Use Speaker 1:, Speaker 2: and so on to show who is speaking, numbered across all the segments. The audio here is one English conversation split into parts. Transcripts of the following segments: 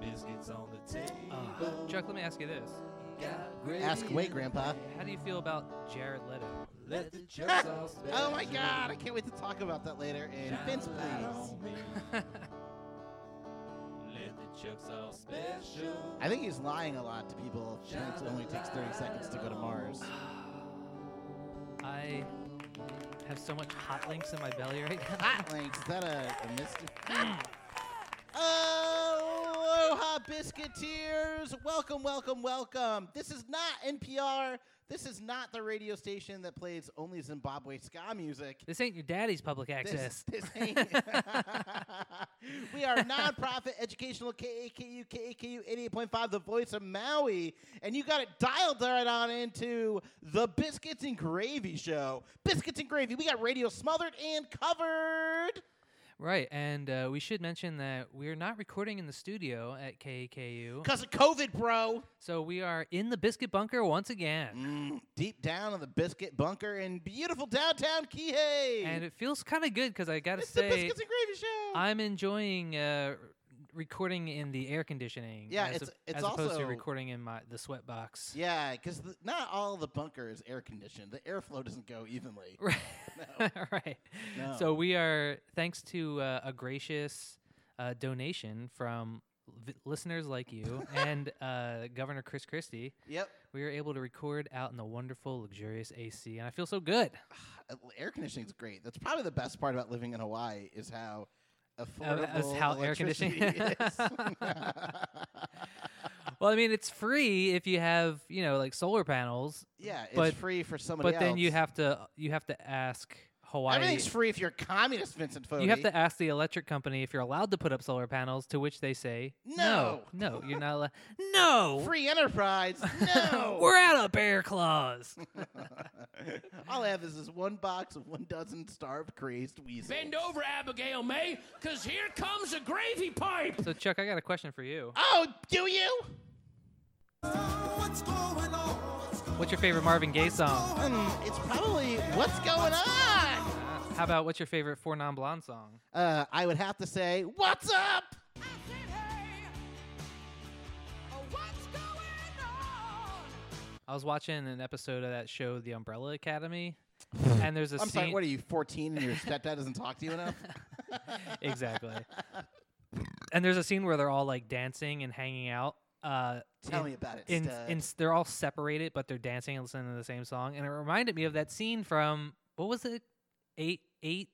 Speaker 1: baskets on the table.
Speaker 2: Chuck, let me ask you this:
Speaker 1: Got gravy
Speaker 3: Uh, Ask away,
Speaker 1: in
Speaker 3: Grandpa.
Speaker 1: the pan.
Speaker 2: How do you feel about Jared Leto?
Speaker 1: Let the chuck sauce
Speaker 3: Oh my
Speaker 1: bask
Speaker 3: god, I can't wait to talk about that later in
Speaker 1: Shine
Speaker 3: Vince
Speaker 1: a light
Speaker 3: Please.
Speaker 1: on me. Let the chuck sauce special.
Speaker 3: I think he's lying a lot to people saying it only takes 30 seconds to go to Mars.
Speaker 2: I have so much hot links in my belly right now.
Speaker 3: Hot links, is that a, a mystery? oh, aloha biscuiteers. Welcome, welcome, welcome. This is not NPR. This is not the radio station that plays only Zimbabwe ska music.
Speaker 2: This ain't your daddy's public access.
Speaker 3: This, this ain't. we are a nonprofit educational KAKU, KAKU 88.5, the voice of Maui. And you got it dialed right on into the Biscuits and Gravy show. Biscuits and Gravy. We got radio smothered and covered.
Speaker 2: Right, and uh, we should mention that we're not recording in the studio at KKU,
Speaker 3: Because of COVID, bro.
Speaker 2: so we are in the biscuit bunker once again,
Speaker 3: Mm, deep down in the biscuit bunker in beautiful downtown Kihei.
Speaker 2: and it feels kind of good because I gotta
Speaker 3: Mm. it's the
Speaker 2: say
Speaker 3: Biscuits and Gravy show.
Speaker 2: I'm enjoying uh, r- recording in the air conditioning.
Speaker 3: Yeah,
Speaker 2: as
Speaker 3: it's-
Speaker 2: op-
Speaker 3: it's
Speaker 2: as opposed to
Speaker 3: also-
Speaker 2: recording in my the sweat box.
Speaker 3: yeah, because not all the bunker is air conditioned. The airflow doesn't go evenly.
Speaker 2: Right. right.
Speaker 3: Oh. No.
Speaker 2: So we are, thanks to uh, a gracious uh, donation from v- listeners like you and uh, Governor Chris Christie,
Speaker 3: Yep.
Speaker 2: we were able to record out in the wonderful, luxurious AC, and I feel so good.
Speaker 3: Uh, air conditioning's great. That's probably the best part about living in Hawaii is how affordable
Speaker 2: that's Uh, how air
Speaker 3: electricity
Speaker 2: conditioning-
Speaker 3: is.
Speaker 2: well, I mean, it's free if you have, you know, like solar panels.
Speaker 3: yeah, it's
Speaker 2: But-
Speaker 3: free for somebody
Speaker 2: But then you
Speaker 3: else.
Speaker 2: have to you have to ask Hawaii.
Speaker 3: everything's free if you're communist, Vincent Fodi.
Speaker 2: You have to ask the electric company if you're allowed to put up solar panels, to which they say,
Speaker 3: No.
Speaker 2: No, no you're not allowed. No.
Speaker 3: free enterprise. No,
Speaker 2: We're out of bear claws.
Speaker 3: all I have is this one box of one dozen starved crazed weasels.
Speaker 4: Bend over, Abigail May, because here comes a gravy pipe.
Speaker 2: so, Chuck, I got a question for you.
Speaker 3: Oh, do you?
Speaker 1: What's going on?
Speaker 2: What's your favorite Marvin Gaye song?
Speaker 3: Mm, it's probably what's going on.
Speaker 2: How about what's your favorite Four Non Blonde song?
Speaker 3: Uh, I would have to say, what's up?
Speaker 2: I was watching an episode of that show, The Umbrella Academy, and there's a
Speaker 3: I'm
Speaker 2: scene.
Speaker 3: sorry. What are you, 14, and your stepdad doesn't talk to you enough?
Speaker 2: exactly. and there's a scene where they're all like dancing and hanging out. Uh,
Speaker 3: Tell
Speaker 2: in-
Speaker 3: me about it,
Speaker 2: In,
Speaker 3: stud.
Speaker 2: in, s- they're all separated, but they're dancing and listening to the same song, and it reminded me of that scene from what was it, eight eight,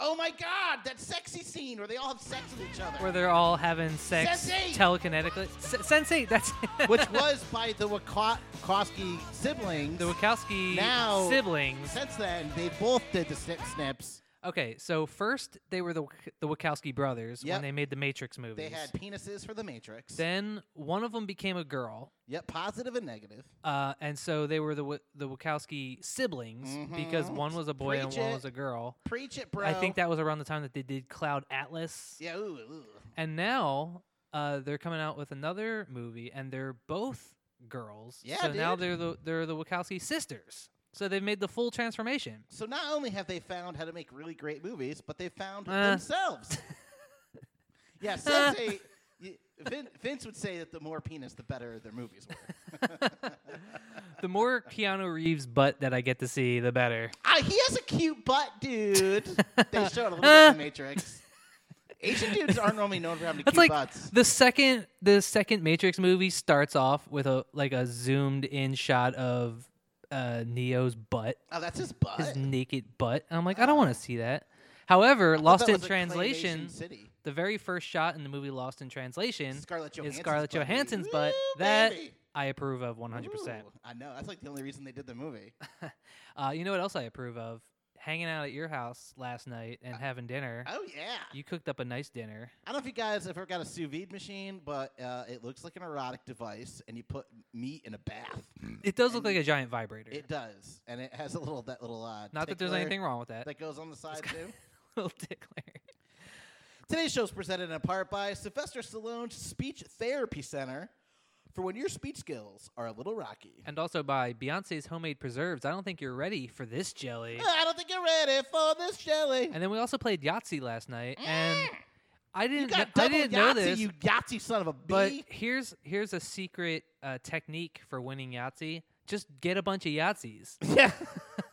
Speaker 3: Oh my god, that sexy scene where they all have sex with each other.
Speaker 2: where they're all having sex
Speaker 3: Sense8!
Speaker 2: telekinetically. S- Sense eight, that's
Speaker 3: Which was by the Wako- Wachowski siblings.
Speaker 2: the Wachowski
Speaker 3: Now-
Speaker 2: siblings.
Speaker 3: Since then, they both did the snip snips.
Speaker 2: Okay, so first they were the Wach- the Wachowski brothers
Speaker 3: Yep.
Speaker 2: when they made the Matrix movies.
Speaker 3: They had penises for the Matrix.
Speaker 2: Then one of them became a girl,
Speaker 3: yep, positive and negative.
Speaker 2: uh, and so they were the Wa- the Wachowski siblings because one was a boy and
Speaker 3: Mm-hmm. Preach
Speaker 2: one
Speaker 3: it.
Speaker 2: was a girl.
Speaker 3: Preach it, bro.
Speaker 2: I think that was around the time that they did Cloud Atlas.
Speaker 3: Yeah, ooh, ooh.
Speaker 2: And now uh, they're coming out with another movie, and they're both girls.
Speaker 3: Yeah,
Speaker 2: so now
Speaker 3: dude.
Speaker 2: they're the they're the Wachowski sisters. So they've made the full transformation.
Speaker 3: So not only have they found how to make really great movies, but they found
Speaker 2: Uh.
Speaker 3: themselves. yeah, Sensei. y- Vin, Vince would say that the more penis, the better their movies were.
Speaker 2: The more Keanu Reeves butt that I get to see, the better.
Speaker 3: Ah, he has a cute butt, dude. they showed a little bit in the Matrix. Asian dudes aren't normally known for having
Speaker 2: That's like
Speaker 3: cute butts.
Speaker 2: the second the second Matrix movie starts off with a like a zoomed in shot of uh, Neo's butt,
Speaker 3: Oh, that's his butt.
Speaker 2: his naked butt. And I'm like, I don't want to see that. However, Lost
Speaker 3: Ah. That
Speaker 2: in
Speaker 3: was a
Speaker 2: Translation,
Speaker 3: claymation City.
Speaker 2: the very first shot in the movie Lost in Translation
Speaker 3: Scarlett
Speaker 2: is
Speaker 3: Johansson's
Speaker 2: Scarlett
Speaker 3: butt, baby.
Speaker 2: Johansson's
Speaker 3: Woo,
Speaker 2: butt. That
Speaker 3: baby.
Speaker 2: I approve of 100%.
Speaker 3: Ooh, I know. That's like the only reason they did the movie.
Speaker 2: Uh, you know what else I approve of? Hanging out at your house last night and having dinner.
Speaker 3: Oh yeah.
Speaker 2: you cooked up a nice dinner.
Speaker 3: I don't know if you guys have ever got a sous vide machine, but uh, it looks like an erotic device, and you put meat in a bath.
Speaker 2: It does look like a giant vibrator.
Speaker 3: It does, and it has a little that little uh,
Speaker 2: Not that there's
Speaker 3: tickler
Speaker 2: anything wrong with that.
Speaker 3: that goes on the side too.
Speaker 2: little tickler.
Speaker 3: Today's show is presented in part by Sylvester Stallone's Speech Therapy Center for when your speech skills are a little rocky.
Speaker 2: And also by Beyonce's homemade preserves. I don't think you're ready for this jelly.
Speaker 3: I don't think you're ready for this jelly.
Speaker 2: and then we also played Yahtzee last night, and I
Speaker 3: Mm. You
Speaker 2: didn't.
Speaker 3: got
Speaker 2: kn- I
Speaker 3: double
Speaker 2: didn't
Speaker 3: Yahtzee,
Speaker 2: know this.
Speaker 3: you Yahtzee son of a
Speaker 2: But
Speaker 3: bee.
Speaker 2: here's here's a secret uh, technique for winning Yahtzee. Just get a bunch of Yahtzees.
Speaker 3: yeah.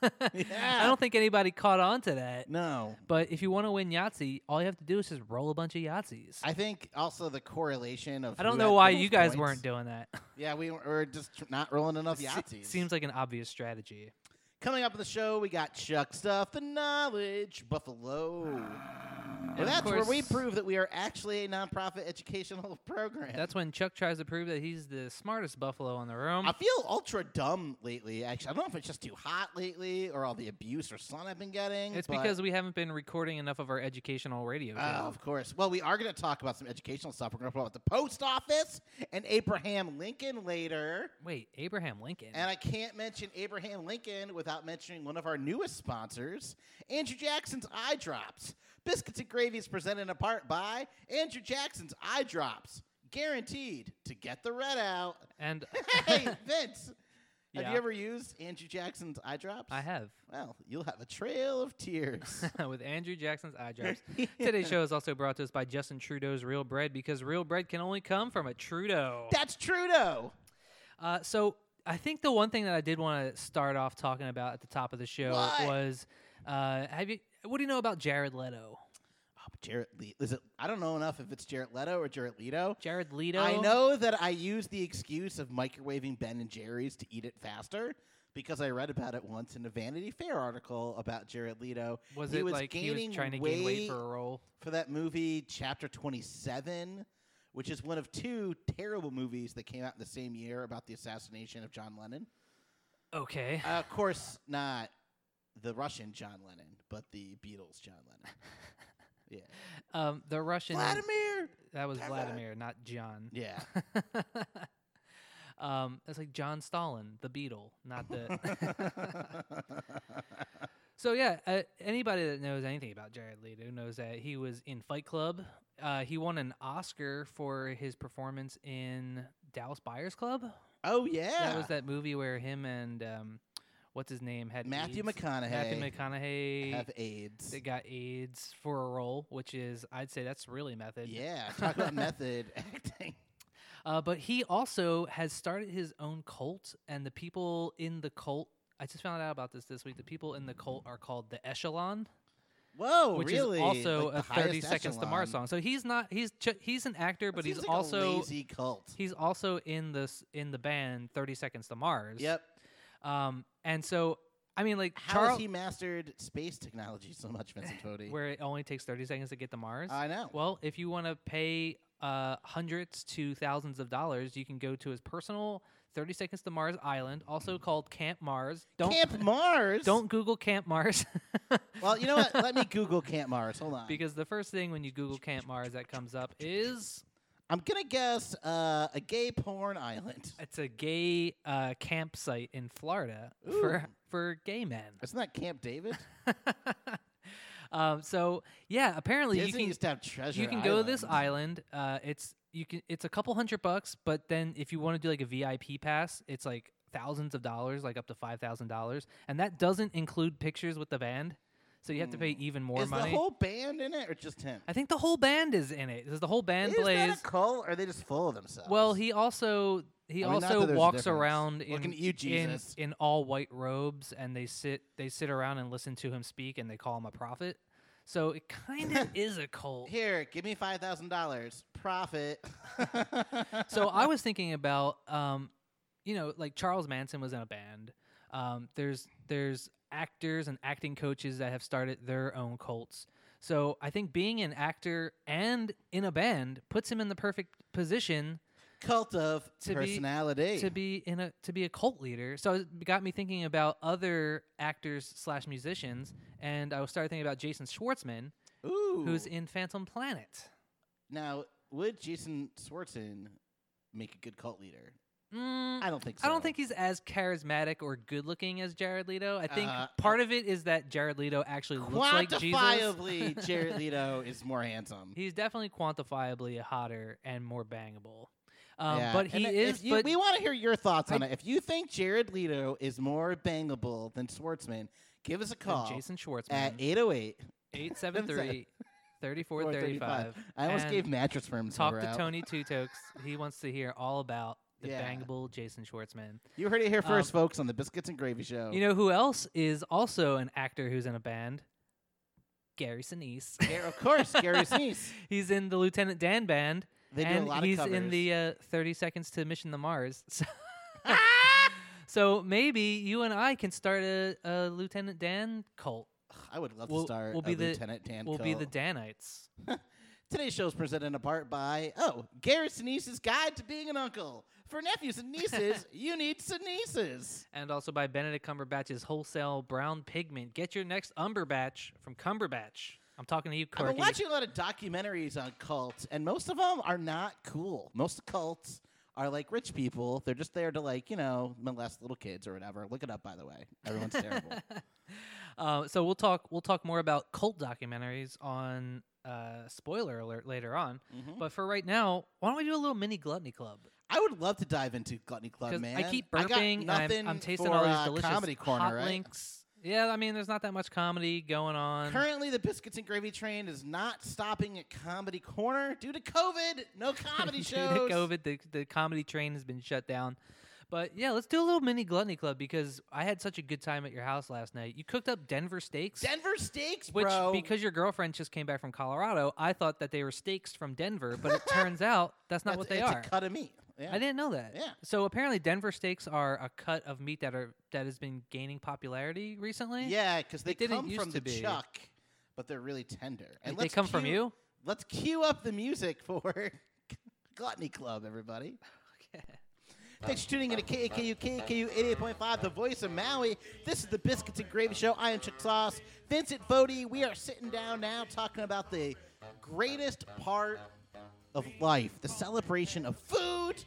Speaker 2: I
Speaker 3: Yeah.
Speaker 2: don't think anybody caught on to that.
Speaker 3: No.
Speaker 2: But if you want to win Yahtzee, all you have to do is just roll a bunch of Yahtzees. I,
Speaker 3: I think also the correlation of.
Speaker 2: don't
Speaker 3: who
Speaker 2: know
Speaker 3: had
Speaker 2: why
Speaker 3: those
Speaker 2: you guys
Speaker 3: points.
Speaker 2: weren't doing that.
Speaker 3: Yeah, we were just tr- not rolling enough
Speaker 2: Se-
Speaker 3: Yahtzees.
Speaker 2: Seems like an obvious strategy.
Speaker 3: Coming up on the show, we got Chuck Stuff, The Knowledge, Buffalo. Well,
Speaker 2: of
Speaker 3: that's where we
Speaker 2: course-
Speaker 3: prove that we are actually a nonprofit educational program.
Speaker 2: That's when Chuck tries to prove that he's the smartest buffalo in the room.
Speaker 3: I feel ultra dumb lately, actually. I don't know if it's just too hot lately or all the abuse or sun I've been getting.
Speaker 2: It's
Speaker 3: but-
Speaker 2: because we haven't been recording enough of our educational radio.
Speaker 3: Oh,
Speaker 2: show.
Speaker 3: of course. Well, we are going to talk about some educational stuff. We're going to talk about the post office and Abraham Lincoln later.
Speaker 2: Wait, Abraham Lincoln.
Speaker 3: And I can't mention Abraham Lincoln without mentioning one of our newest sponsors, Andrew Jackson's Eye Drops. Biscuits and Gravy is presented in part by Andrew Jackson's Eye Drops, guaranteed to get the red out.
Speaker 2: And-
Speaker 3: hey, Vince, have
Speaker 2: Yeah.
Speaker 3: you ever used Andrew Jackson's Eye Drops?
Speaker 2: I have.
Speaker 3: Well, you'll have a trail of tears.
Speaker 2: with Andrew Jackson's eye drops. Today's show is also brought to us by Justin Trudeau's Real Bread because real bread can only come from a Trudeau.
Speaker 3: That's Trudeau.
Speaker 2: Uh, so I think the one thing that I did want to start off talking about at the top of the show
Speaker 3: What?
Speaker 2: was uh, have you what do you know about Jared Leto?
Speaker 3: Oh, but Jared Le- is it? I don't know enough if it's Jared Leto or Jared Leto.
Speaker 2: Jared Leto.
Speaker 3: I know that I used the excuse of microwaving Ben and Jerry's to eat it faster because I read about it once in a Vanity Fair article about Jared Leto.
Speaker 2: Was
Speaker 3: he
Speaker 2: it
Speaker 3: was
Speaker 2: like he
Speaker 3: gaining
Speaker 2: was trying to gain weight
Speaker 3: weight-
Speaker 2: for a role?
Speaker 3: for that movie Chapter 27, which is one of two terrible movies that came out in the same year about the assassination of John Lennon.
Speaker 2: Okay.
Speaker 3: Uh, of course, not the Russian John Lennon, but the Beatles John Lennon. Yeah.
Speaker 2: Um, the Russian
Speaker 3: Vladimir!
Speaker 2: that was Vladimir, not John.
Speaker 3: Yeah.
Speaker 2: um, it's like John Stalin, the Beatle, not the. so yeah, uh, anybody that knows anything about Jared Leto knows that he was in Fight Club. Uh, he won an Oscar for his performance in Dallas Buyers Club.
Speaker 3: Oh, yeah.
Speaker 2: That was that movie where him and um, what's his name had
Speaker 3: Matthew
Speaker 2: AIDS.
Speaker 3: McConaughey.
Speaker 2: Matthew McConaughey
Speaker 3: have AIDS.
Speaker 2: that got AIDS for a role, which is I'd say that's really method.
Speaker 3: Yeah, talk about method acting.
Speaker 2: Uh, but he also has started his own cult, and the people in the cult. I just found out about this this week. The people in the cult are called the Echelon,
Speaker 3: Whoa,
Speaker 2: which
Speaker 3: Oh, really?
Speaker 2: is also
Speaker 3: Like the
Speaker 2: a
Speaker 3: highest
Speaker 2: Thirty Seconds to Mars
Speaker 3: echelon.
Speaker 2: song. So he's not he's ch- he's an actor,
Speaker 3: That
Speaker 2: but
Speaker 3: seems
Speaker 2: he's
Speaker 3: like a
Speaker 2: also
Speaker 3: lazy cult.
Speaker 2: he's also in this in the band Thirty Seconds to Mars.
Speaker 3: Yep.
Speaker 2: Um, and so I mean, like
Speaker 3: How has
Speaker 2: Charles,
Speaker 3: he mastered space technology so much, Vincent Fodi?
Speaker 2: where it only takes thirty seconds to get to Mars.
Speaker 3: I know.
Speaker 2: Well, if you want to pay uh, hundreds to thousands of dollars, you can go to his personal 30 Seconds to Mars island, also called Camp Mars. Don't
Speaker 3: Camp Mars.
Speaker 2: don't Google Camp Mars
Speaker 3: Well, you know what? Let me Google Camp Mars. Hold on.
Speaker 2: because the first thing when you Google Camp Mars that comes up is
Speaker 3: I'm gonna guess uh, a gay porn island.
Speaker 2: it's a gay uh, campsite in Florida for for gay men.
Speaker 3: Isn't that Camp David?
Speaker 2: um, so yeah, apparently
Speaker 3: Disney
Speaker 2: you can
Speaker 3: used to have treasure.
Speaker 2: you can go to this
Speaker 3: Island.
Speaker 2: island. Uh, it's you can it's a couple hundred bucks, but then if you want to do like a VIP pass, it's like thousands of dollars, like up to five thousand dollars, and that doesn't include pictures with the band, so you have to pay even more
Speaker 3: Hmm. Is
Speaker 2: money.
Speaker 3: the whole band in it or just him?
Speaker 2: I think the whole band is in it because the whole band
Speaker 3: Is
Speaker 2: plays.
Speaker 3: that a cult or are they just full of themselves?
Speaker 2: well, he also he
Speaker 3: I mean, not that
Speaker 2: also
Speaker 3: there's a
Speaker 2: walks
Speaker 3: difference.
Speaker 2: around in,
Speaker 3: Looking at you,
Speaker 2: in
Speaker 3: Jesus.
Speaker 2: in all white robes, and they sit they sit around and listen to him speak, and they call him a prophet. So it kind of is a cult.
Speaker 3: here, give me five thousand dollars. Profit.
Speaker 2: so I was thinking about, um, you know, like Charles Manson was in a band. Um, there's there's actors and acting coaches that have started their own cults. So I think being an actor and in a band puts him in the perfect position
Speaker 3: cult of
Speaker 2: To be-
Speaker 3: personality.
Speaker 2: to be in a to be a cult leader. So it got me thinking about other actors slash musicians, and I started thinking about Jason Schwartzman,
Speaker 3: Ooh.
Speaker 2: who's in Phantom Planet.
Speaker 3: now? Would Jason Swartzen make a good cult leader?
Speaker 2: Mm,
Speaker 3: I don't think so.
Speaker 2: I don't think he's as charismatic or good looking as Jared Leto. I think
Speaker 3: Uh,
Speaker 2: part of it is that Jared Leto actually looks like Jesus.
Speaker 3: quantifiably Jared Leto is more handsome.
Speaker 2: He's definitely quantifiably hotter and more bangable. Um,
Speaker 3: Yeah,
Speaker 2: But
Speaker 3: and
Speaker 2: he
Speaker 3: i- if
Speaker 2: is.
Speaker 3: you-
Speaker 2: but
Speaker 3: we want to hear your thoughts on
Speaker 2: I-
Speaker 3: it. If you think Jared Leto is more bangable than Schwartzman, give us a
Speaker 2: than
Speaker 3: call
Speaker 2: Jason Schwartzman,
Speaker 3: at 808.
Speaker 2: 873 34 35.
Speaker 3: I almost
Speaker 2: and
Speaker 3: gave mattress firms.
Speaker 2: Talk to Tony Two Tokes. He wants to hear all about the
Speaker 3: Yeah.
Speaker 2: bangable Jason Schwartzman.
Speaker 3: You heard it here first,
Speaker 2: Um,
Speaker 3: folks, on the Biscuits and Gravy Show.
Speaker 2: You know who else is also an actor who's in a band? Gary Sinise.
Speaker 3: Gar- of course, Gary Sinise.
Speaker 2: he's in the Lieutenant Dan band.
Speaker 3: They do a
Speaker 2: and
Speaker 3: lot of
Speaker 2: he's in
Speaker 3: covers.
Speaker 2: the uh, 30 Seconds to Mission to Mars. So, so maybe you and I can start a, a Lieutenant Dan cult.
Speaker 3: I would love
Speaker 2: We'll-
Speaker 3: to start
Speaker 2: we'll
Speaker 3: a
Speaker 2: be the-
Speaker 3: Lieutenant Dan.
Speaker 2: We'll be the
Speaker 3: Cole.
Speaker 2: Danites.
Speaker 3: Today's show is presented in part by oh, Gary Sinise's Guide to Being an Uncle. For nephews and nieces, you need Sinises.
Speaker 2: And also by Benedict Cumberbatch's Wholesale Brown Pigment. Get your next Umberbatch from Cumberbatch. I'm talking to you,
Speaker 3: I've been
Speaker 2: Corky.
Speaker 3: watching a lot of documentaries on cults, and most of them are not cool. Most cults are like rich people; they're just there to like you know molest little kids or whatever. Look it up, by the way. Everyone's terrible.
Speaker 2: Uh, so we'll talk. We'll talk more about cult documentaries on uh, spoiler alert later on.
Speaker 3: Mhm.
Speaker 2: But for right now, why don't we do a little mini gluttony club?
Speaker 3: I would love to dive into Gluttony Club,
Speaker 2: 'Cause
Speaker 3: man.
Speaker 2: I keep
Speaker 3: got
Speaker 2: burping. and
Speaker 3: nothing
Speaker 2: I'm, I'm tasting
Speaker 3: for,
Speaker 2: all these
Speaker 3: uh,
Speaker 2: delicious
Speaker 3: comedy corner,
Speaker 2: hot
Speaker 3: right?
Speaker 2: links. Yeah, I mean, there's not that much comedy going on.
Speaker 3: Currently, the biscuits and gravy train is not stopping at Comedy Corner due to COVID. No comedy
Speaker 2: Due to
Speaker 3: shows.
Speaker 2: COVID, the, the comedy train has been shut down. But yeah, let's do a little mini gluttony club because I had such a good time at your house last night. You cooked up Denver steaks,
Speaker 3: Denver steaks,
Speaker 2: which
Speaker 3: bro.
Speaker 2: because your girlfriend just came back from Colorado, I thought that they were steaks from Denver, but it turns out that's not
Speaker 3: That's-
Speaker 2: what they
Speaker 3: it's
Speaker 2: are.
Speaker 3: a cut of meat. Yeah.
Speaker 2: I didn't know that.
Speaker 3: Yeah.
Speaker 2: So apparently, Denver steaks are a cut of meat that are that has been gaining popularity recently.
Speaker 3: Yeah, because they
Speaker 2: It didn't
Speaker 3: come
Speaker 2: used
Speaker 3: from
Speaker 2: to
Speaker 3: the
Speaker 2: be.
Speaker 3: chuck, but they're really tender.
Speaker 2: Like,
Speaker 3: And
Speaker 2: they
Speaker 3: let's
Speaker 2: come from
Speaker 3: cue-
Speaker 2: you.
Speaker 3: Let's cue up the music for Gluttony Club, everybody. Thanks for tuning in to KAKU, KAKU 88.5, the voice of Maui. This is the Biscuits and Gravy Show. I am Chick Sauce. Vincent Fodi, we are sitting down now talking about the greatest part of life, the celebration of food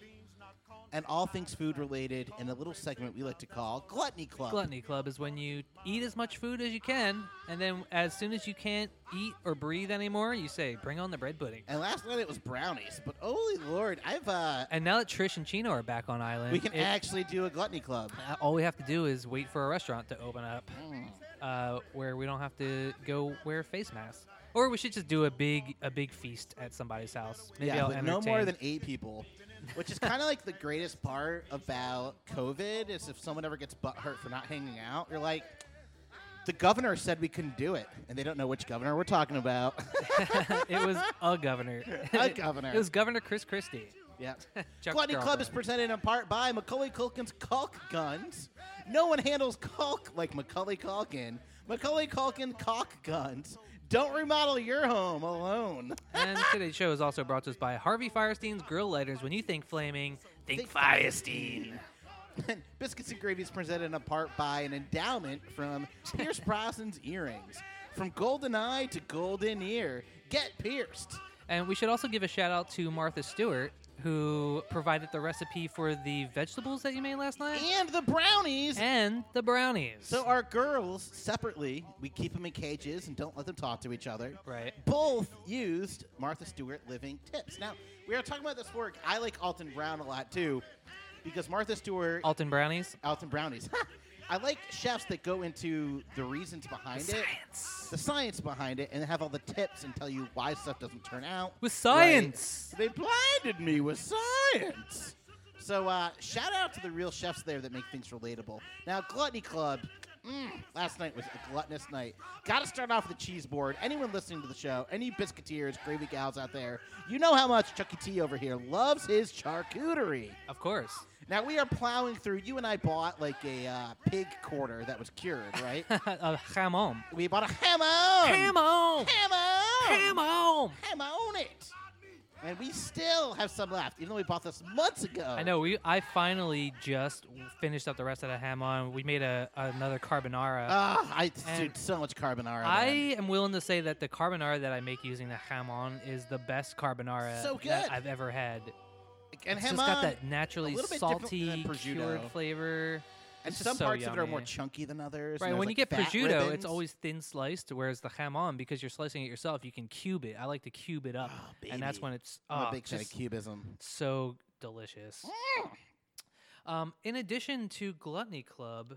Speaker 3: and all things food related in a little segment we like to call Gluttony Club.
Speaker 2: Gluttony club is when you eat as much food as you can, and then as soon as you can't eat or breathe anymore, you say, "Bring on the bread pudding."
Speaker 3: And last night it was brownies, but holy lord, I've uh,
Speaker 2: And now that Trish and Chino are back on island,
Speaker 3: we can
Speaker 2: it-
Speaker 3: actually do a Gluttony Club.
Speaker 2: uh, all we have to do is wait for a restaurant to open up,
Speaker 3: Mm.
Speaker 2: uh, where we don't have to go wear face masks. Or we should just do a big a big feast at somebody's house. Maybe
Speaker 3: yeah,
Speaker 2: I'll
Speaker 3: but no more
Speaker 2: entertain-
Speaker 3: than eight people. Which is kind of like the greatest part about COVID is if someone ever gets butt hurt for not hanging out, you're like, the governor said we couldn't do it, and they don't know which governor we're talking about.
Speaker 2: it was a governor.
Speaker 3: A governor.
Speaker 2: it was Governor Chris Christie.
Speaker 3: yeah.
Speaker 2: Chuck's
Speaker 3: Gluttony Club
Speaker 2: girlfriend.
Speaker 3: is presented in part by Macaulay Culkin's Caulk Guns. No one handles caulk like Macaulay Culkin. Macaulay Culkin caulk guns. Don't remodel your home alone.
Speaker 2: And today's show is also brought to us by Harvey Firestein's Grill Lighters. When you think flaming, think,
Speaker 3: Think
Speaker 2: Firestein.
Speaker 3: Biscuits and Gravy is presented in a part by an endowment from Pierce Brosnan's earrings. From golden eye to golden ear, get pierced.
Speaker 2: And we should also give a shout out to Martha Stewart, who provided the recipe for the vegetables that you made last night
Speaker 3: And the brownies.
Speaker 2: and the brownies.
Speaker 3: so our girls separately, we keep them in cages and don't let them talk to each other.
Speaker 2: right.
Speaker 3: Both used Martha Stewart living tips. Now we are talking about this work. I like Alton Brown a lot too, because Martha Stewart,
Speaker 2: Alton brownies.
Speaker 3: Alton Brownies. I like chefs that go into the reasons behind it.
Speaker 2: Science.
Speaker 3: the science behind it and have all the tips and tell you why stuff doesn't turn out.
Speaker 2: With science.
Speaker 3: right. They blinded me with science. So uh, shout out to the real chefs there that make things relatable. Now Gluttony Club. Mm, last night was a gluttonous night. Got to start off with the cheese board. Anyone listening to the show, any biscuiteers, gravy gals out there, you know how much Chucky T over here loves his charcuterie.
Speaker 2: Of course.
Speaker 3: Now we are plowing through. You and I bought like a uh, pig quarter that was cured, right?
Speaker 2: uh, jamon.
Speaker 3: we bought a hammer.
Speaker 2: Jamon.
Speaker 3: Ham on!
Speaker 2: Jamon.
Speaker 3: Ham on it! And we still have some left, even though we bought this months ago.
Speaker 2: I know. We I finally just finished up the rest of the ham on. We made a another carbonara.
Speaker 3: Ah, I
Speaker 2: And
Speaker 3: dude, so much carbonara.
Speaker 2: I
Speaker 3: man.
Speaker 2: am willing to say that the carbonara that I make using the hamon is the best carbonara
Speaker 3: So good.
Speaker 2: that I've ever had.
Speaker 3: and
Speaker 2: it's
Speaker 3: ham
Speaker 2: just got
Speaker 3: on,
Speaker 2: that naturally
Speaker 3: little bit different
Speaker 2: salty
Speaker 3: than
Speaker 2: cured
Speaker 3: prosciutto.
Speaker 2: flavor.
Speaker 3: and
Speaker 2: It's
Speaker 3: some
Speaker 2: just so
Speaker 3: parts of it are more
Speaker 2: yummy.
Speaker 3: chunky than others. and
Speaker 2: Right,
Speaker 3: there's,
Speaker 2: when you get
Speaker 3: like,
Speaker 2: prosciutto,
Speaker 3: fat ribbons.
Speaker 2: it's always thin sliced, whereas the hamon, because you're slicing it yourself, you can cube it. I like to cube it up,
Speaker 3: Oh,
Speaker 2: and that's
Speaker 3: baby.
Speaker 2: when it's
Speaker 3: I'm
Speaker 2: oh,
Speaker 3: a big fan of
Speaker 2: just
Speaker 3: cubism.
Speaker 2: so delicious. Um, in addition to Gluttony Club,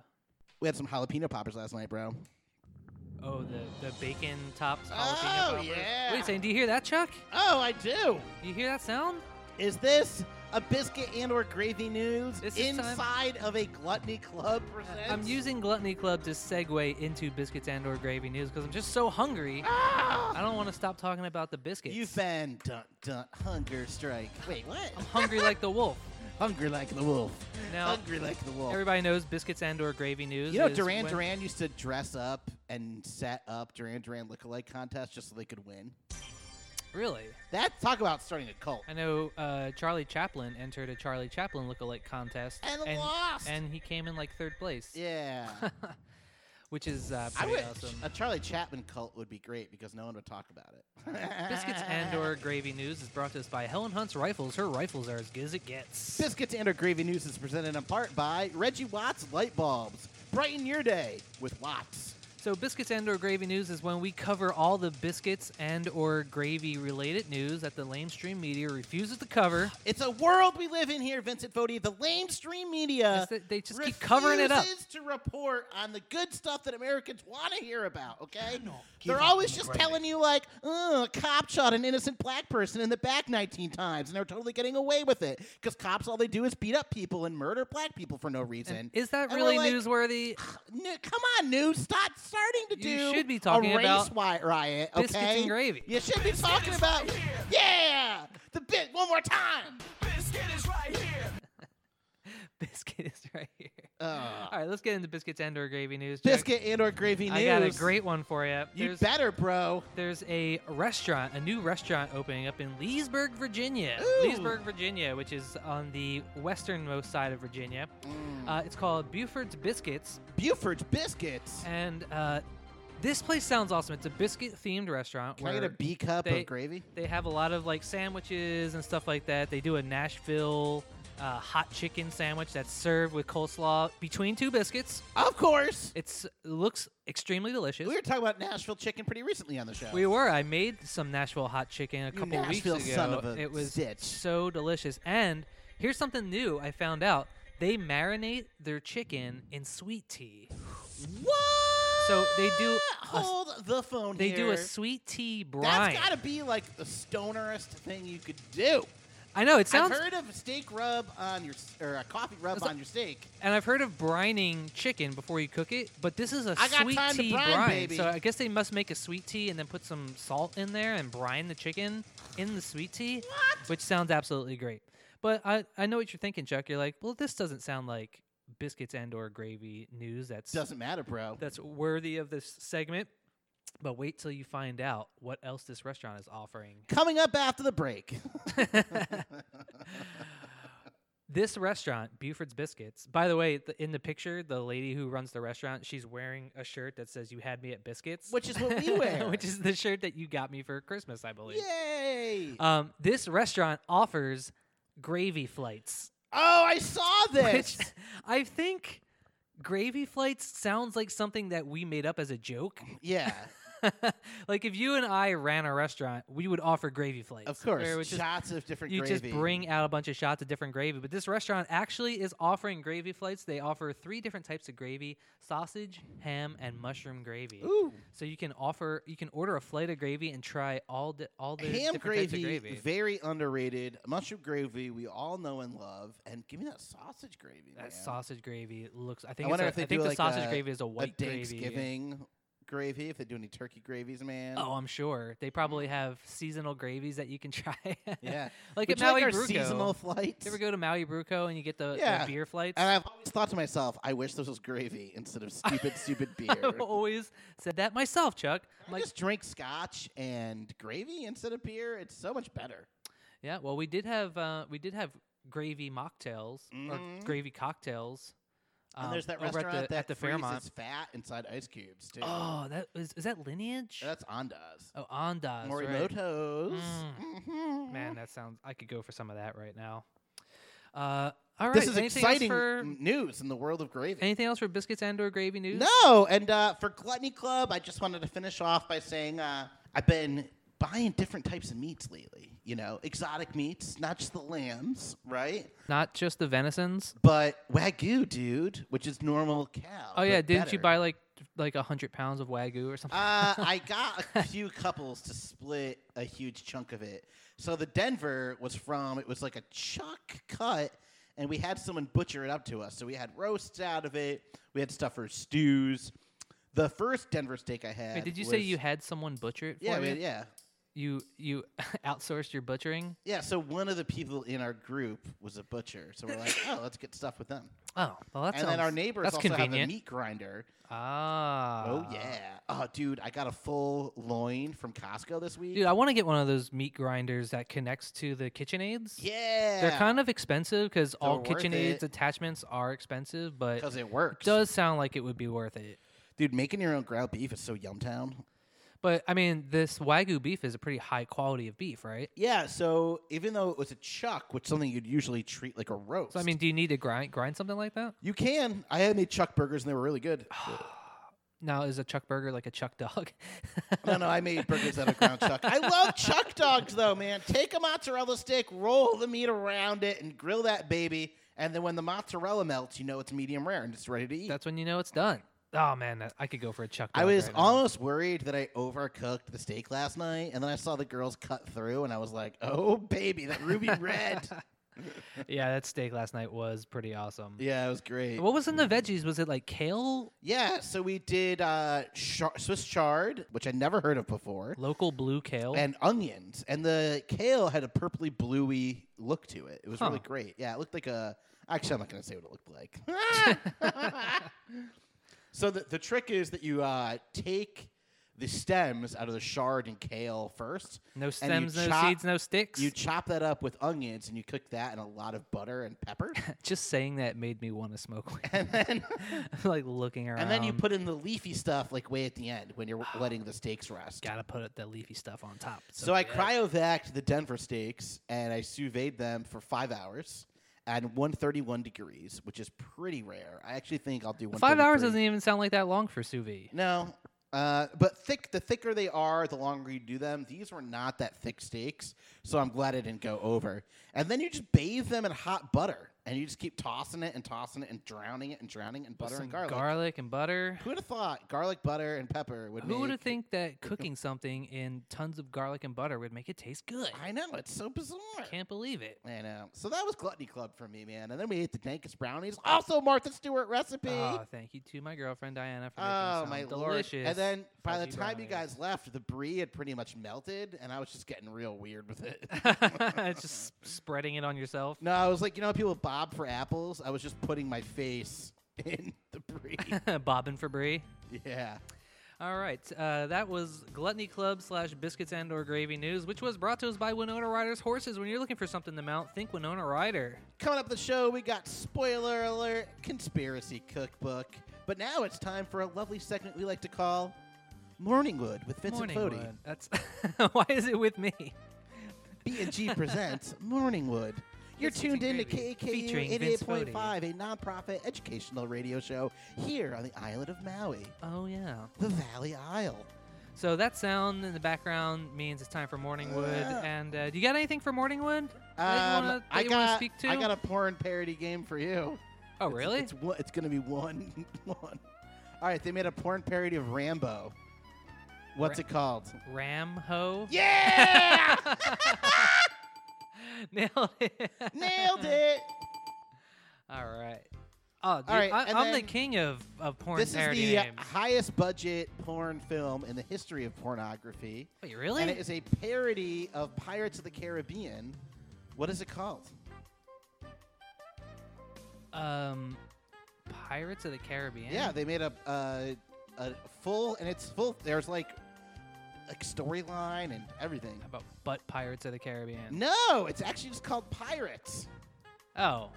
Speaker 3: We had some jalapeno poppers last night, bro.
Speaker 2: Oh, the, the bacon topped jalapeno
Speaker 3: Oh,
Speaker 2: poppers.
Speaker 3: yeah.
Speaker 2: Wait a second, do you hear that, Chuck?
Speaker 3: Oh, I do.
Speaker 2: You hear that sound?
Speaker 3: Is this a biscuit and or gravy news
Speaker 2: This is time-
Speaker 3: inside of a gluttony club presents?
Speaker 2: I'm using Gluttony Club to segue into biscuits and or gravy news because I'm just so hungry.
Speaker 3: Ah!
Speaker 2: I don't want to stop talking about the biscuits.
Speaker 3: You've been dun dun hunger strike. Wait, what?
Speaker 2: I'm hungry like the wolf.
Speaker 3: hungry like the wolf.
Speaker 2: Now,
Speaker 3: hungry like the wolf.
Speaker 2: Everybody knows biscuits and or gravy news.
Speaker 3: You know,
Speaker 2: is
Speaker 3: Duran
Speaker 2: when-
Speaker 3: Duran used to dress up and set up Duran Duran lookalike contests just so they could win.
Speaker 2: Really?
Speaker 3: That talk about starting a cult.
Speaker 2: I know uh, Charlie Chaplin entered a Charlie Chaplin lookalike contest
Speaker 3: And lost.
Speaker 2: and he came in like third place,
Speaker 3: yeah,
Speaker 2: which is uh,
Speaker 3: I
Speaker 2: pretty
Speaker 3: wish
Speaker 2: awesome.
Speaker 3: a Charlie Chapman cult would be great because no one would talk about it.
Speaker 2: Biscuits and or gravy news is brought to us by Helen Hunt's rifles. Her rifles are as good as it gets.
Speaker 3: Biscuits and or Gravy News is presented in part by Reggie Watts Light Bulbs. Brighten your day with Watts.
Speaker 2: So biscuits and or gravy news is when we cover all the biscuits and or gravy related news that the lamestream media refuses to cover.
Speaker 3: It's a world we live in here, Vincent Fodi. The lamestream media
Speaker 2: It's that they just keep covering it up.
Speaker 3: refuses to report on the good stuff that Americans want to hear about. Okay, they're always just telling you like, "Oh, a cop shot an innocent black person in the back 19 times, and they're totally getting away with it because cops all they do is beat up people and murder black people for no reason."
Speaker 2: Is that
Speaker 3: And
Speaker 2: really
Speaker 3: we're like,
Speaker 2: newsworthy?
Speaker 3: New, come on, news. Stop starting to do.
Speaker 2: You should be talking
Speaker 3: a race
Speaker 2: about
Speaker 3: wi- riot. Okay.
Speaker 2: biscuits and gravy.
Speaker 3: You should be talking about. Yeah, the bit one more time.
Speaker 1: Biscuit is right here.
Speaker 2: Biscuit is right here.
Speaker 3: Uh,
Speaker 2: All right, let's get into biscuits and or gravy news. Jack.
Speaker 3: biscuit and or gravy news.
Speaker 2: I got a great one for you.
Speaker 3: You
Speaker 2: There's,
Speaker 3: better, bro.
Speaker 2: there's a restaurant, a new restaurant opening up in Leesburg, Virginia.
Speaker 3: Ooh.
Speaker 2: Leesburg, Virginia, which is on the westernmost side of Virginia. Uh, it's called Buford's Biscuits,
Speaker 3: Buford's biscuits.
Speaker 2: and uh, this place sounds awesome. It's a biscuit themed restaurant
Speaker 3: Can I
Speaker 2: where
Speaker 3: get a B cup
Speaker 2: they-
Speaker 3: of gravy?
Speaker 2: they have a lot of like sandwiches and stuff like that. They do a Nashville uh, hot chicken sandwich that's served with coleslaw between two biscuits.
Speaker 3: Of course.
Speaker 2: It's looks extremely delicious.
Speaker 3: We were talking about Nashville chicken pretty recently on the show.
Speaker 2: We were. I made some Nashville hot chicken a couple
Speaker 3: Nashville
Speaker 2: weeks ago.
Speaker 3: son of a
Speaker 2: it was
Speaker 3: bitch.
Speaker 2: so delicious. And here's something new I found out. They marinate their chicken in sweet tea.
Speaker 3: what?
Speaker 2: So they do a s-
Speaker 3: Hold the phone
Speaker 2: they do a
Speaker 3: here.
Speaker 2: sweet tea brine.
Speaker 3: That's got to be like the stonerest thing you could do.
Speaker 2: I know it sounds
Speaker 3: I've heard of steak rub on your or a coffee rub
Speaker 2: That's-
Speaker 3: on your steak.
Speaker 2: and I've heard of brining chicken before you cook it, but this is a
Speaker 3: I got
Speaker 2: sweet
Speaker 3: time to
Speaker 2: tea
Speaker 3: brine,
Speaker 2: brine.
Speaker 3: baby.
Speaker 2: So I guess they must make a sweet tea and then put some salt in there and brine the chicken in the sweet tea.
Speaker 3: What?
Speaker 2: which sounds absolutely great. But I, I know what you're thinking, Chuck. You're like, well, this doesn't sound like biscuits and or gravy news. That's
Speaker 3: Doesn't matter, bro.
Speaker 2: that's worthy of this segment. But wait till you find out what else this restaurant is offering.
Speaker 3: Coming up after the break.
Speaker 2: This restaurant, Buford's Biscuits. By the way, th in the picture, the lady who runs the restaurant, she's wearing a shirt that says "You had me at biscuits,"
Speaker 3: Which is what we wear.
Speaker 2: which is the shirt that you got me for Christmas, I believe.
Speaker 3: Yay!
Speaker 2: Um, this restaurant offers gravy flights.
Speaker 3: oh, I saw this.
Speaker 2: Which I think gravy flights sounds like something that we made up as a joke.
Speaker 3: yeah,
Speaker 2: like if you and I ran a restaurant, we would offer gravy flights.
Speaker 3: of course.
Speaker 2: where it was just-
Speaker 3: Shots of different
Speaker 2: you
Speaker 3: gravy.
Speaker 2: just bring out a bunch of shots of different gravy. But this restaurant actually is offering gravy flights. They offer three different types of gravy: sausage, ham, and mushroom gravy.
Speaker 3: Ooh,
Speaker 2: So you can offer, you can order a flight of gravy and try all the all the
Speaker 3: ham
Speaker 2: different types
Speaker 3: gravy,
Speaker 2: of gravy.
Speaker 3: very underrated. Mushroom gravy, we all know and love. And give me that sausage gravy.
Speaker 2: that
Speaker 3: man.
Speaker 2: sausage gravy looks. I think.
Speaker 3: wonder
Speaker 2: it's a,
Speaker 3: if they
Speaker 2: I think
Speaker 3: do
Speaker 2: the
Speaker 3: like
Speaker 2: sausage
Speaker 3: a-
Speaker 2: gravy is a
Speaker 3: A
Speaker 2: white gravy.
Speaker 3: Thanksgiving gravy. if they do any turkey gravies, man.
Speaker 2: Oh, I'm sure they probably have seasonal gravies that you can try.
Speaker 3: yeah.
Speaker 2: like
Speaker 3: Would
Speaker 2: at
Speaker 3: you like
Speaker 2: Maui
Speaker 3: our
Speaker 2: Bruco.
Speaker 3: seasonal flights?
Speaker 2: You ever go to Maui Bruco and you get the, the
Speaker 3: Yeah.
Speaker 2: beer flights?
Speaker 3: And I've always thought to myself, I wish this was gravy instead of stupid, stupid beer.
Speaker 2: I've always said that myself, Chuck. I'm
Speaker 3: I
Speaker 2: like,
Speaker 3: just drink scotch and gravy instead of beer. It's so much better.
Speaker 2: yeah. Well, we did have uh, we did have gravy mocktails
Speaker 3: Mhm.
Speaker 2: or gravy cocktails. um,
Speaker 3: and there's that
Speaker 2: over
Speaker 3: restaurant
Speaker 2: at the,
Speaker 3: that
Speaker 2: at the
Speaker 3: freezes
Speaker 2: Fairmont.
Speaker 3: fat inside ice cubes too.
Speaker 2: Oh, that is is that lineage?
Speaker 3: that's Andaz.
Speaker 2: oh, Andaz. right.
Speaker 3: Morimoto's.
Speaker 2: Mm.
Speaker 3: Mhm.
Speaker 2: Man, that sounds. I could go for some of that right now. Uh, all right.
Speaker 3: this is
Speaker 2: anything
Speaker 3: exciting
Speaker 2: Else for,
Speaker 3: news in the world of gravy.
Speaker 2: anything else for biscuits and or gravy news?
Speaker 3: No, and uh, for Gluttony Club, I just wanted to finish off by saying uh, I've been buying different types of meats lately. You know, exotic meats, not just the lambs, right?
Speaker 2: Not just the venisons.
Speaker 3: But wagyu, dude, which is normal cow.
Speaker 2: Oh yeah,
Speaker 3: but
Speaker 2: didn't you
Speaker 3: better.
Speaker 2: buy like like a hundred pounds of wagyu or something?
Speaker 3: Uh, I got a few couples to split a huge chunk of it. So the Denver was from it was like a chuck cut, and we had someone butcher it up to us. So we had roasts out of it. We had stuff for stews. The first Denver steak I had.
Speaker 2: Wait, did you say
Speaker 3: was-
Speaker 2: you had someone butcher it for
Speaker 3: Yeah,
Speaker 2: you?
Speaker 3: we had- yeah,
Speaker 2: You you outsourced your butchering?
Speaker 3: yeah. So one of the people in our group was a butcher. So we're like, oh, let's get stuff with them.
Speaker 2: Oh, well, that's
Speaker 3: and then our neighbors
Speaker 2: that's
Speaker 3: also
Speaker 2: convenient.
Speaker 3: have a meat grinder.
Speaker 2: Ah.
Speaker 3: Oh yeah. Oh dude, I got a full loin from Costco this week.
Speaker 2: Dude, I want to get one of those meat grinders that connects to the KitchenAids.
Speaker 3: yeah.
Speaker 2: They're kind of expensive because all
Speaker 3: worth
Speaker 2: KitchenAids
Speaker 3: it.
Speaker 2: attachments are expensive, but
Speaker 3: because
Speaker 2: it
Speaker 3: it works.
Speaker 2: does sound like it would be worth it.
Speaker 3: Dude, making your own ground beef is so yumtown.
Speaker 2: But I mean, this Wagyu beef is a pretty high quality of beef, right?
Speaker 3: Yeah, so even though it was a chuck, which is something you'd usually treat like a roast.
Speaker 2: So I mean, do you need to grind grind something like that?
Speaker 3: you can. I had made chuck burgers and they were really good.
Speaker 2: Now is a chuck burger like a chuck dog?
Speaker 3: no, no, I made burgers out of ground chuck. I love chuck dogs though, man. Take a mozzarella stick, roll the meat around it, and grill that baby. And then when the mozzarella melts, you know it's medium rare and it's ready to eat.
Speaker 2: That's when you know it's done. Oh man, that, I could go for a chuck. Dog
Speaker 3: I was
Speaker 2: right now.
Speaker 3: almost worried that I overcooked the steak last night, and then I saw the girls cut through, and I was like, "Oh, baby, that ruby red."
Speaker 2: yeah, that steak last night was pretty awesome.
Speaker 3: yeah, it was great.
Speaker 2: What was in the veggies? Was it like kale,
Speaker 3: Yeah, so we did uh, char- Swiss chard, which I never heard of before,
Speaker 2: local blue kale?
Speaker 3: and onions. And the kale had a purpley bluey look to it. It was really
Speaker 2: Huh.
Speaker 3: great. Yeah, it looked like a. Actually, I'm not going to say what it looked like. so the, the trick is that you uh, take the stems out of the chard and kale first.
Speaker 2: no
Speaker 3: and you
Speaker 2: stems, no
Speaker 3: chop-
Speaker 2: seeds, no sticks.
Speaker 3: You chop that up with onions and you cook that in a lot of butter and pepper.
Speaker 2: Just saying that made me want to smoke weed.
Speaker 3: and then.
Speaker 2: like looking around.
Speaker 3: And then you put in the leafy stuff like way at the end when you're letting the steaks rest.
Speaker 2: gotta put the leafy stuff on top.
Speaker 3: So I cryovaced the Denver steaks and I sous vide them for five hours at 131 degrees, which is pretty rare. I actually think I'll do one.
Speaker 2: Five hours doesn't even sound like that long for sous vide.
Speaker 3: No, uh, but thick. The thicker they are, the longer you do them. These were not that thick steaks, so I'm glad I didn't go over. And then you just bathe them in hot butter, and you just keep tossing it and tossing it and drowning it and drowning it in butter
Speaker 2: Some
Speaker 3: and garlic.
Speaker 2: garlic and butter.
Speaker 3: Who'd have thought garlic, butter, and pepper would
Speaker 2: Who would have
Speaker 3: make-
Speaker 2: think that cooking something in tons of garlic and butter would make it taste good?
Speaker 3: I know it's so bizarre.
Speaker 2: can't believe it.
Speaker 3: I know. um, So that was Gluttony Club for me, man. And then we ate the dankest brownies. Also, Martha Stewart recipe.
Speaker 2: Oh, thank you to my girlfriend Diana for making
Speaker 3: Oh,
Speaker 2: them
Speaker 3: my
Speaker 2: sound delicious.
Speaker 3: lord! And then by the
Speaker 2: fudgy
Speaker 3: time you
Speaker 2: brownies.
Speaker 3: guys left, the brie had pretty much melted, and I was just getting real weird with it.
Speaker 2: It's just spreading it on yourself.
Speaker 3: no, I was like, you know, how people bob for apples. I was just putting my face in the brie.
Speaker 2: Bobbing for brie.
Speaker 3: yeah.
Speaker 2: All right, uh, that was Gluttony Club slash Biscuits and or Gravy News, which was brought to us by Winona Ryder's Horses. When you're looking for something to mount, think Winona Ryder.
Speaker 3: Coming up the show, we got spoiler alert, conspiracy cookbook. But now it's time for a lovely segment we like to call Morningwood with Vincent Fodi.
Speaker 2: Morningwood. That's why is it with me?
Speaker 3: B&G presents Morningwood. You're
Speaker 2: Biscuits
Speaker 3: tuned
Speaker 2: and
Speaker 3: in to
Speaker 2: gravy.
Speaker 3: KAKU
Speaker 2: Featuring Vince
Speaker 3: 88.5, a nonprofit educational radio show here on the island of Maui,
Speaker 2: Oh yeah.
Speaker 3: the Valley Isle.
Speaker 2: So that sound in the background means it's time for Morningwood.
Speaker 3: Yeah.
Speaker 2: and uh, do you got anything for Morningwood? that you
Speaker 3: Um,
Speaker 2: wanna, that
Speaker 3: I
Speaker 2: you wanna
Speaker 3: got
Speaker 2: speak to?
Speaker 3: I got a porn parody game for you.
Speaker 2: oh really?
Speaker 3: It's one- it's going to be one one. All right, they made a porn parody of Rambo. What's
Speaker 2: Ra-
Speaker 3: it called?
Speaker 2: Ram ho.
Speaker 3: Yeah!
Speaker 2: Nailed it.
Speaker 3: Nailed it.
Speaker 2: All right. Oh, dude,
Speaker 3: right,
Speaker 2: I,
Speaker 3: and
Speaker 2: I'm the
Speaker 3: then-
Speaker 2: king of, of porn
Speaker 3: This is
Speaker 2: parody
Speaker 3: the uh,
Speaker 2: names.
Speaker 3: highest budget porn film in the history of pornography.
Speaker 2: Wait, really?
Speaker 3: And it is a parody of Pirates of the Caribbean. What is it called?
Speaker 2: um, Pirates of the Caribbean.
Speaker 3: Yeah, they made a a, a full and it's full. There's like like storyline and everything.
Speaker 2: How about butt Pirates of the Caribbean?
Speaker 3: No, it's actually just called Pirates.
Speaker 2: Oh,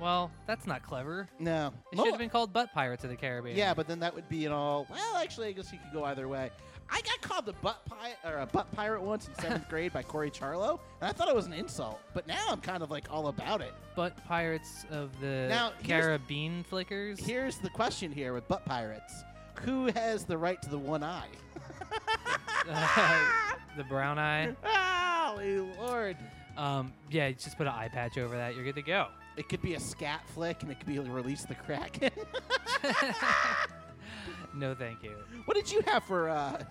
Speaker 2: well, that's not clever.
Speaker 3: No,
Speaker 2: It
Speaker 3: Mo-
Speaker 2: should have been called Butt Pirates of the Caribbean.
Speaker 3: yeah, but then that would be an all. Well, actually, I guess you could go either way. I got called a butt pirate or a butt pirate once in seventh grade by Corey Charlo, and I thought it was an insult. But now I'm kind of like all about it.
Speaker 2: Butt Pirates of the
Speaker 3: Now, here's-
Speaker 2: Caribbean flickers.
Speaker 3: Here's the question here with butt pirates: Who has the right to the one eye?
Speaker 2: the brown eye.
Speaker 3: Holy lord.
Speaker 2: Um, yeah, you just put an eye patch over that. You're good to go.
Speaker 3: It could be a scat flick and it could be like, release the Kraken.
Speaker 2: No, thank you.
Speaker 3: What did you have for uh,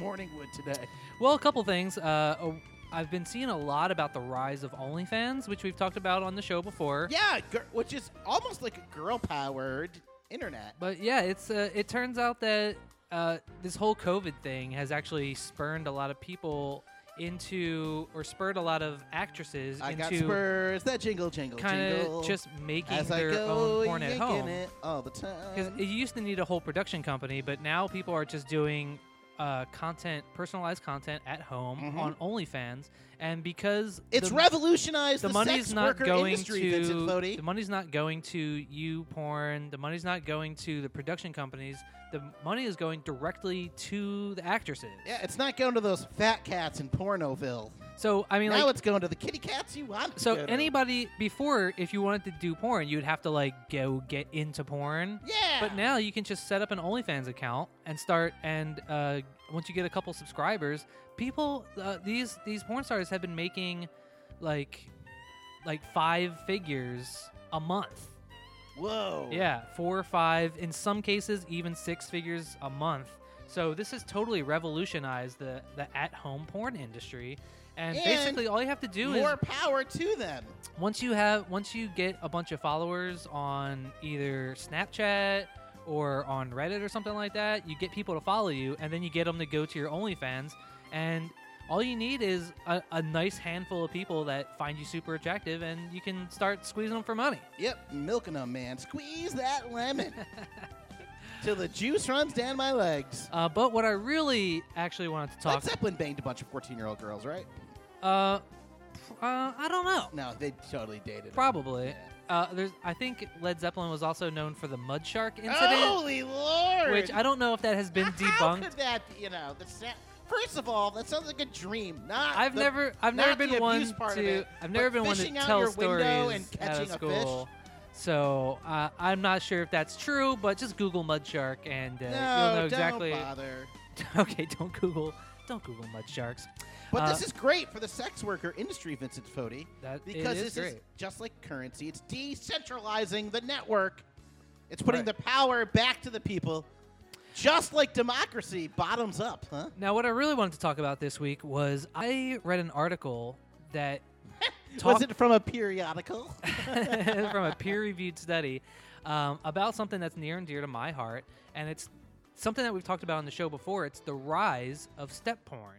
Speaker 3: Morningwood today?
Speaker 2: Well, a couple things. Uh, oh, I've been seeing a lot about the rise of OnlyFans, which we've talked about on the show before.
Speaker 3: Yeah, gir- which is almost like a girl-powered internet.
Speaker 2: But yeah, it's uh, it turns out that uh, this whole COVID thing has actually spurned a lot of people into or spurred a lot of actresses
Speaker 3: I got
Speaker 2: into
Speaker 3: spurs that jingle, jingle,
Speaker 2: kind
Speaker 3: jingle.
Speaker 2: of just making
Speaker 3: as I
Speaker 2: their
Speaker 3: go
Speaker 2: own porn at
Speaker 3: yanking
Speaker 2: home.
Speaker 3: it all the
Speaker 2: Because
Speaker 3: time.
Speaker 2: you used to need a whole production company, but now people are just doing uh, content, personalized content at home
Speaker 3: Mhm.
Speaker 2: on OnlyFans, and because
Speaker 3: it's
Speaker 2: the,
Speaker 3: revolutionized
Speaker 2: the,
Speaker 3: the,
Speaker 2: money's
Speaker 3: sex
Speaker 2: not
Speaker 3: worker
Speaker 2: going
Speaker 3: industry,
Speaker 2: to
Speaker 3: Vincent Fodi.
Speaker 2: the money's not going to you porn, the money's not going to the production companies, the money is going directly to the actresses.
Speaker 3: Yeah, it's not going to those fat cats in Pornoville.
Speaker 2: So I mean,
Speaker 3: now
Speaker 2: like,
Speaker 3: it's going to the kitty cats you want. it
Speaker 2: so
Speaker 3: to go to.
Speaker 2: anybody before, if you wanted to do porn, you'd have to like go get into porn.
Speaker 3: Yeah.
Speaker 2: But now you can just set up an OnlyFans account and start. And uh, once you get a couple subscribers, people uh, these these porn stars have been making like like five figures a month.
Speaker 3: Whoa.
Speaker 2: Yeah, four or five, in some cases even six figures a month. So this has totally revolutionized the the at home porn industry. And,
Speaker 3: And
Speaker 2: basically, all you have to do is
Speaker 3: More power to them.
Speaker 2: once you have once you get a bunch of followers on either Snapchat or on Reddit or something like that, you get people to follow you, and then you get them to go to your OnlyFans, and all you need is a, a nice handful of people that find you super attractive, and you can start squeezing them for money.
Speaker 3: Yep, milking them, man. Squeeze that lemon till the juice runs down my legs.
Speaker 2: Uh, but what I really actually wanted to
Speaker 3: Led
Speaker 2: talk,
Speaker 3: Zeppelin banged a bunch of 14 year old girls, right?
Speaker 2: uh, uh, I don't know,
Speaker 3: No, they totally dated. 'em.
Speaker 2: probably.
Speaker 3: Yeah.
Speaker 2: Uh, there's, I think Led Zeppelin was also known for the mud shark incident,
Speaker 3: Holy lord!
Speaker 2: which I don't know if that has been
Speaker 3: Oh, How
Speaker 2: debunked.
Speaker 3: could that be? You know, the sa- first of all, that sounds like a dream. Not
Speaker 2: I've
Speaker 3: the-
Speaker 2: never, I've
Speaker 3: not
Speaker 2: never
Speaker 3: the
Speaker 2: been one
Speaker 3: abuse part of
Speaker 2: to,
Speaker 3: it,
Speaker 2: I've never
Speaker 3: but
Speaker 2: been one to
Speaker 3: fishing out
Speaker 2: tell
Speaker 3: your
Speaker 2: stories
Speaker 3: window and
Speaker 2: out of
Speaker 3: catching a fish.
Speaker 2: school. So uh, I'm not sure if that's true, but just Google mud shark and uh,
Speaker 3: No,
Speaker 2: you'll know
Speaker 3: don't
Speaker 2: exactly.
Speaker 3: bother.
Speaker 2: okay, don't Google, don't Google mud sharks.
Speaker 3: But
Speaker 2: Uh,
Speaker 3: this is great for the sex worker industry, Vincent Fodi,
Speaker 2: That it
Speaker 3: because
Speaker 2: is
Speaker 3: this is
Speaker 2: great.
Speaker 3: just like currency. It's decentralizing the network. It's putting
Speaker 2: Right.
Speaker 3: the power back to the people, just like democracy, bottoms up, huh?
Speaker 2: Now, what I really wanted to talk about this week was I read an article that
Speaker 3: Was
Speaker 2: talked
Speaker 3: it from a periodical?
Speaker 2: from a peer-reviewed study um, about something that's near and dear to my heart, and it's something that we've talked about on the show before. It's the rise of step porn.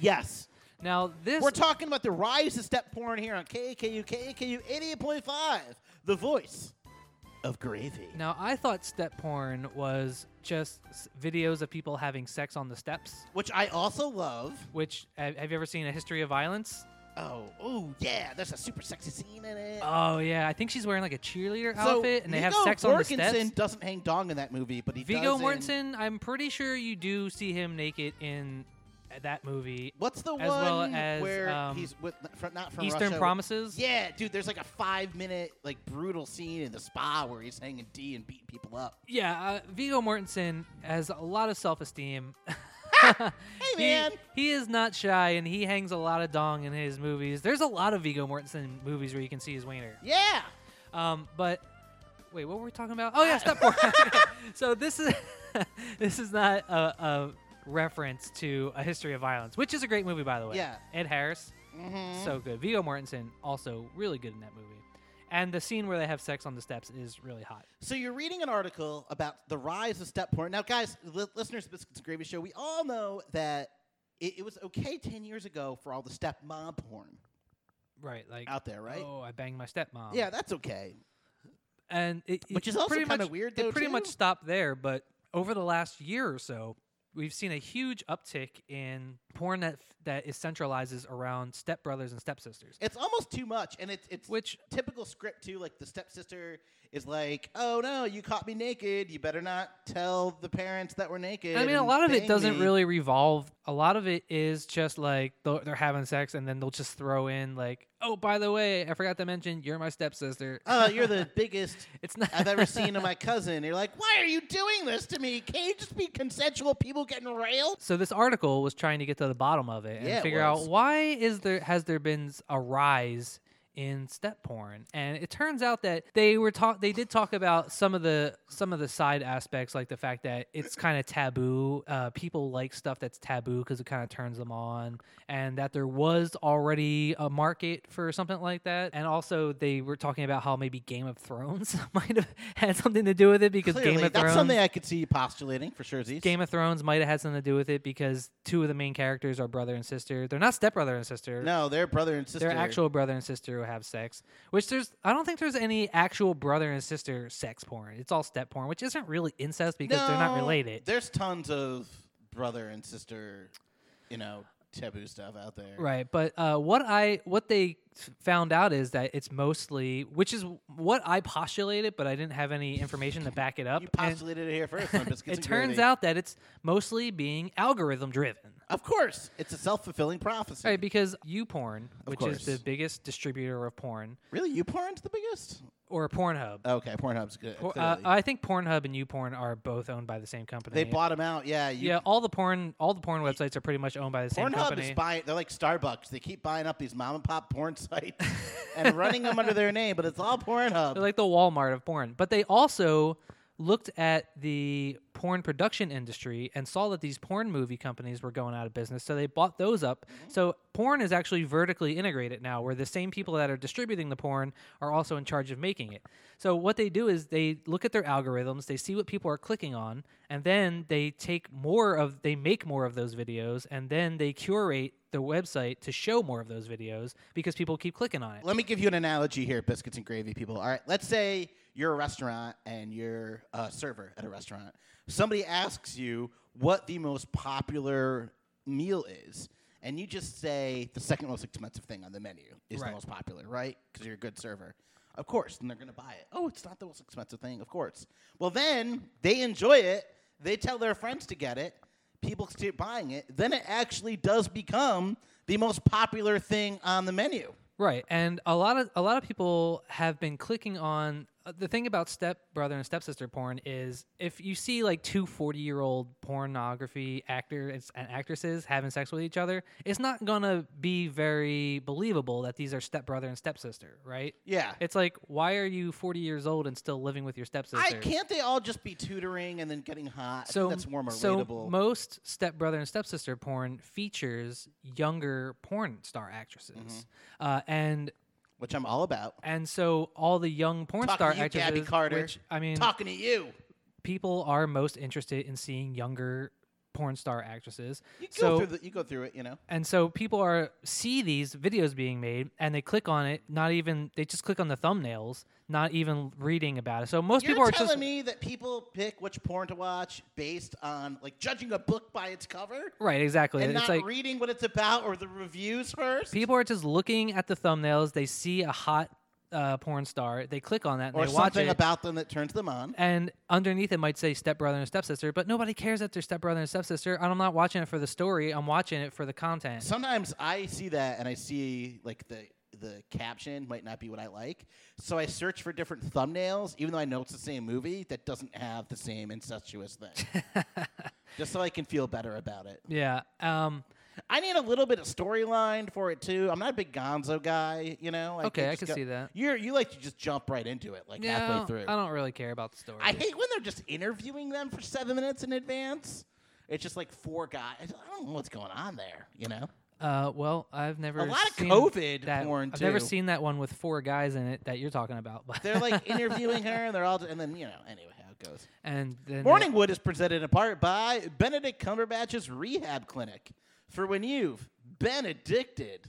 Speaker 3: yes.
Speaker 2: Now, this
Speaker 3: We're talking about the rise of step porn here on KAKU, KAKU 88.5, the voice of gravy.
Speaker 2: Now, I thought step porn was just s- videos of people having sex on the steps.
Speaker 3: Which I also love.
Speaker 2: Which have have you ever seen a history of violence?
Speaker 3: Oh, oh yeah, there's a super sexy scene in it.
Speaker 2: Oh yeah, I think she's wearing like a cheerleader outfit, and they have
Speaker 3: Viggo
Speaker 2: sex on the
Speaker 3: Mortensen
Speaker 2: steps.
Speaker 3: doesn't hang dong in that movie, but he
Speaker 2: Vigo
Speaker 3: does in-
Speaker 2: Mortensen, I'm pretty sure you do see him naked in uh, that movie,
Speaker 3: What's the
Speaker 2: as
Speaker 3: one
Speaker 2: well as,
Speaker 3: where
Speaker 2: um,
Speaker 3: he's with from, not from
Speaker 2: Eastern
Speaker 3: Russia?
Speaker 2: Promises.
Speaker 3: Yeah, dude, there's like a five minute like brutal scene in the spa where he's hanging D and beating people up.
Speaker 2: Yeah, uh, Vigo Mortensen has a lot of self-esteem.
Speaker 3: Hey
Speaker 2: He-
Speaker 3: man,
Speaker 2: He, is not shy, and he hangs a lot of dong in his movies. There's a lot of Vigo Mortensen movies where you can see his wiener.
Speaker 3: yeah,
Speaker 2: Um, but wait, what were we talking about? Oh yeah, step porn. so this is this is not a, a reference to A History of Violence, which is a great movie by the way.
Speaker 3: Yeah.
Speaker 2: Ed Harris,
Speaker 3: Mhm.
Speaker 2: so good. Viggo Mortensen also really good in that movie. And the scene where they have sex on the steps is really hot.
Speaker 3: So you're reading an article about the rise of step porn. Now, guys, li- listeners, to Biscuits and Gravy Show, we all know that it, it was okay ten years ago for all the step mom porn
Speaker 2: Right, like
Speaker 3: out there, right?
Speaker 2: oh, I banged my stepmom.
Speaker 3: Yeah, that's okay.
Speaker 2: and it,
Speaker 3: Which
Speaker 2: it
Speaker 3: is also
Speaker 2: pretty
Speaker 3: kinda
Speaker 2: much-
Speaker 3: weird,
Speaker 2: It
Speaker 3: though,
Speaker 2: pretty much
Speaker 3: too.
Speaker 2: stopped there, but over the last year or so, we've seen a huge uptick in porn that that is centralizes around stepbrothers and stepsisters.
Speaker 3: It's almost too much, and it's it's
Speaker 2: Which
Speaker 3: typical script too. Like the stepsister is like, "Oh no, you caught me naked. You better not tell the parents that we're naked."
Speaker 2: I mean, a
Speaker 3: and
Speaker 2: lot of it
Speaker 3: bang
Speaker 2: doesn't
Speaker 3: me."
Speaker 2: really revolve. A lot of it is just like they'll- they're having sex, and then they'll just throw in like, "Oh, by the way, I forgot to mention you're my stepsister."
Speaker 3: Oh, you're the biggest
Speaker 2: it's not.
Speaker 3: I've ever seen of my cousin. You're like, "Why are you doing this to me? Can't you just be consensual? People getting railed."
Speaker 2: So this article was trying to get to the bottom of it and
Speaker 3: Yeah, it
Speaker 2: figure out
Speaker 3: was.
Speaker 2: why is there has there been s- a rise in step porn. And it turns out that they were talk they did talk about some of the some of the side aspects like the fact that it's kind of taboo. Uh, people like stuff that's taboo cuz it kind of turns them on and that there was already a market for something like that. And also they were talking about how maybe Game of Thrones might have had something to do with it because
Speaker 3: Clearly,
Speaker 2: Game of
Speaker 3: that's
Speaker 2: Thrones
Speaker 3: something I could see you postulating for sure. Zeke.
Speaker 2: Game of Thrones might have had something to do with it because two of the main characters are brother and sister. They're not stepbrother and sister.
Speaker 3: No, they're brother and sister.
Speaker 2: They're actual brother and sister who have sex. Which there's I don't think there's any actual brother and sister sex porn. It's all step porn, which isn't really incest because they're not
Speaker 3: No,
Speaker 2: related.
Speaker 3: There's tons of brother and sister, you know, taboo stuff out there.
Speaker 2: Right, but uh, what I what they f- found out is that it's mostly, which is what I postulated, but I didn't have any information to back it up.
Speaker 3: You
Speaker 2: and
Speaker 3: postulated it here first. on Biscuits
Speaker 2: it
Speaker 3: and
Speaker 2: turns
Speaker 3: Gravy.
Speaker 2: out that it's mostly being algorithm driven.
Speaker 3: of course, it's a self-fulfilling prophecy.
Speaker 2: Right, because YouPorn, which is the
Speaker 3: course.
Speaker 2: biggest distributor of porn,
Speaker 3: Really, you porn's the biggest?
Speaker 2: or Pornhub.
Speaker 3: Okay, Pornhub's good.
Speaker 2: Por- uh,
Speaker 3: clearly.
Speaker 2: I think Pornhub and YouPorn are both owned by the same company.
Speaker 3: they bought him out. Yeah, you,
Speaker 2: yeah, all the porn, all the porn websites are pretty much owned by the same
Speaker 3: Pornhub
Speaker 2: company.
Speaker 3: is buying. They're like Starbucks. They keep buying up these mom and pop porn sites and running them under their name, but it's all Pornhub.
Speaker 2: They're like the Walmart of porn. But they also looked at the porn production industry and saw that these porn movie companies were going out of business. So they bought those up. So porn is actually vertically integrated now, where the same people that are distributing the porn are also in charge of making it. So what they do is they look at their algorithms, they see what people are clicking on, and then they take more of they make more of those videos and then they curate the website to show more of those videos because people keep clicking on it.
Speaker 3: Let me give you an analogy here, biscuits and gravy people. All right, let's say you're a restaurant and you're a server at a restaurant. Somebody asks you what the most popular meal is, and you just say the second most expensive thing on the menu is
Speaker 2: Right.
Speaker 3: the most popular, right? Because you're a good server. Of course, and they're going to buy it. Oh, it's not the most expensive thing, of course. Well, then they enjoy it, they tell their friends to get it, people start buying it, then it actually does become the most popular thing on the menu.
Speaker 2: Right, and a lot of a lot of people have been clicking on uh, the thing about step brother and stepsister porn is if you see like two 40 year old pornography actors and actresses having sex with each other, it's not gonna be very believable that these are stepbrother and stepsister, right?
Speaker 3: Yeah.
Speaker 2: It's like why are you 40 years old and still living with your stepsister?
Speaker 3: I can't they all just be tutoring and then getting hot? I think that's more more
Speaker 2: so
Speaker 3: relatable.
Speaker 2: most stepbrother and stepsister porn features younger porn star actresses,
Speaker 3: Mm-hmm.
Speaker 2: uh, and
Speaker 3: which I'm all about.
Speaker 2: And so all the young porn
Speaker 3: Talking
Speaker 2: star
Speaker 3: to you,
Speaker 2: actresses,
Speaker 3: Gabby Carter.
Speaker 2: which I mean,
Speaker 3: Talking to you.
Speaker 2: people are most interested in seeing younger porn star actresses.
Speaker 3: You go
Speaker 2: so
Speaker 3: through the, you go through it, you know.
Speaker 2: and so people are see these videos being made and they click on it, not even they just click on the thumbnails, not even reading about it. So most
Speaker 3: You're
Speaker 2: people are
Speaker 3: telling
Speaker 2: just
Speaker 3: me that people pick which porn to watch based on like judging a book by its cover
Speaker 2: right, exactly.
Speaker 3: and
Speaker 2: it's
Speaker 3: not
Speaker 2: like
Speaker 3: reading what it's about or the reviews first.
Speaker 2: people are just looking at the thumbnails, they see a hot uh, porn star, they click on that and
Speaker 3: or
Speaker 2: they watch
Speaker 3: something
Speaker 2: it.
Speaker 3: about them that turns them on.
Speaker 2: and underneath it might say stepbrother and stepsister, but nobody cares that they're stepbrother and stepsister. And I'm not watching it for the story. I'm watching it for the content.
Speaker 3: Sometimes I see that and I see like the the caption might not be what I like. So I search for different thumbnails, even though I know it's the same movie that doesn't have the same incestuous thing. Just so I can feel better about it.
Speaker 2: Yeah. Um,
Speaker 3: I need a little bit of storyline for it too. I'm not a big Gonzo guy, you know. Like,
Speaker 2: Okay,
Speaker 3: it
Speaker 2: I
Speaker 3: just
Speaker 2: can see that.
Speaker 3: You're you like to just jump right into it, like
Speaker 2: yeah, I
Speaker 3: halfway
Speaker 2: don't-
Speaker 3: through.
Speaker 2: I don't really care about the story.
Speaker 3: I hate when they're just interviewing them for seven minutes in advance. It's just like four guys. I don't know what's going on there, you know.
Speaker 2: uh, well, I've never
Speaker 3: A lot of
Speaker 2: seen
Speaker 3: COVID
Speaker 2: that,
Speaker 3: porn,
Speaker 2: I've never
Speaker 3: too.
Speaker 2: seen that one with four guys in it that you're talking about. But
Speaker 3: They're like interviewing her, and they're all, and then you know, anyway, how it goes.
Speaker 2: and then
Speaker 3: Morning Wood is presented in part by Benedict Cumberbatch's Rehab Clinic for when you've been addicted.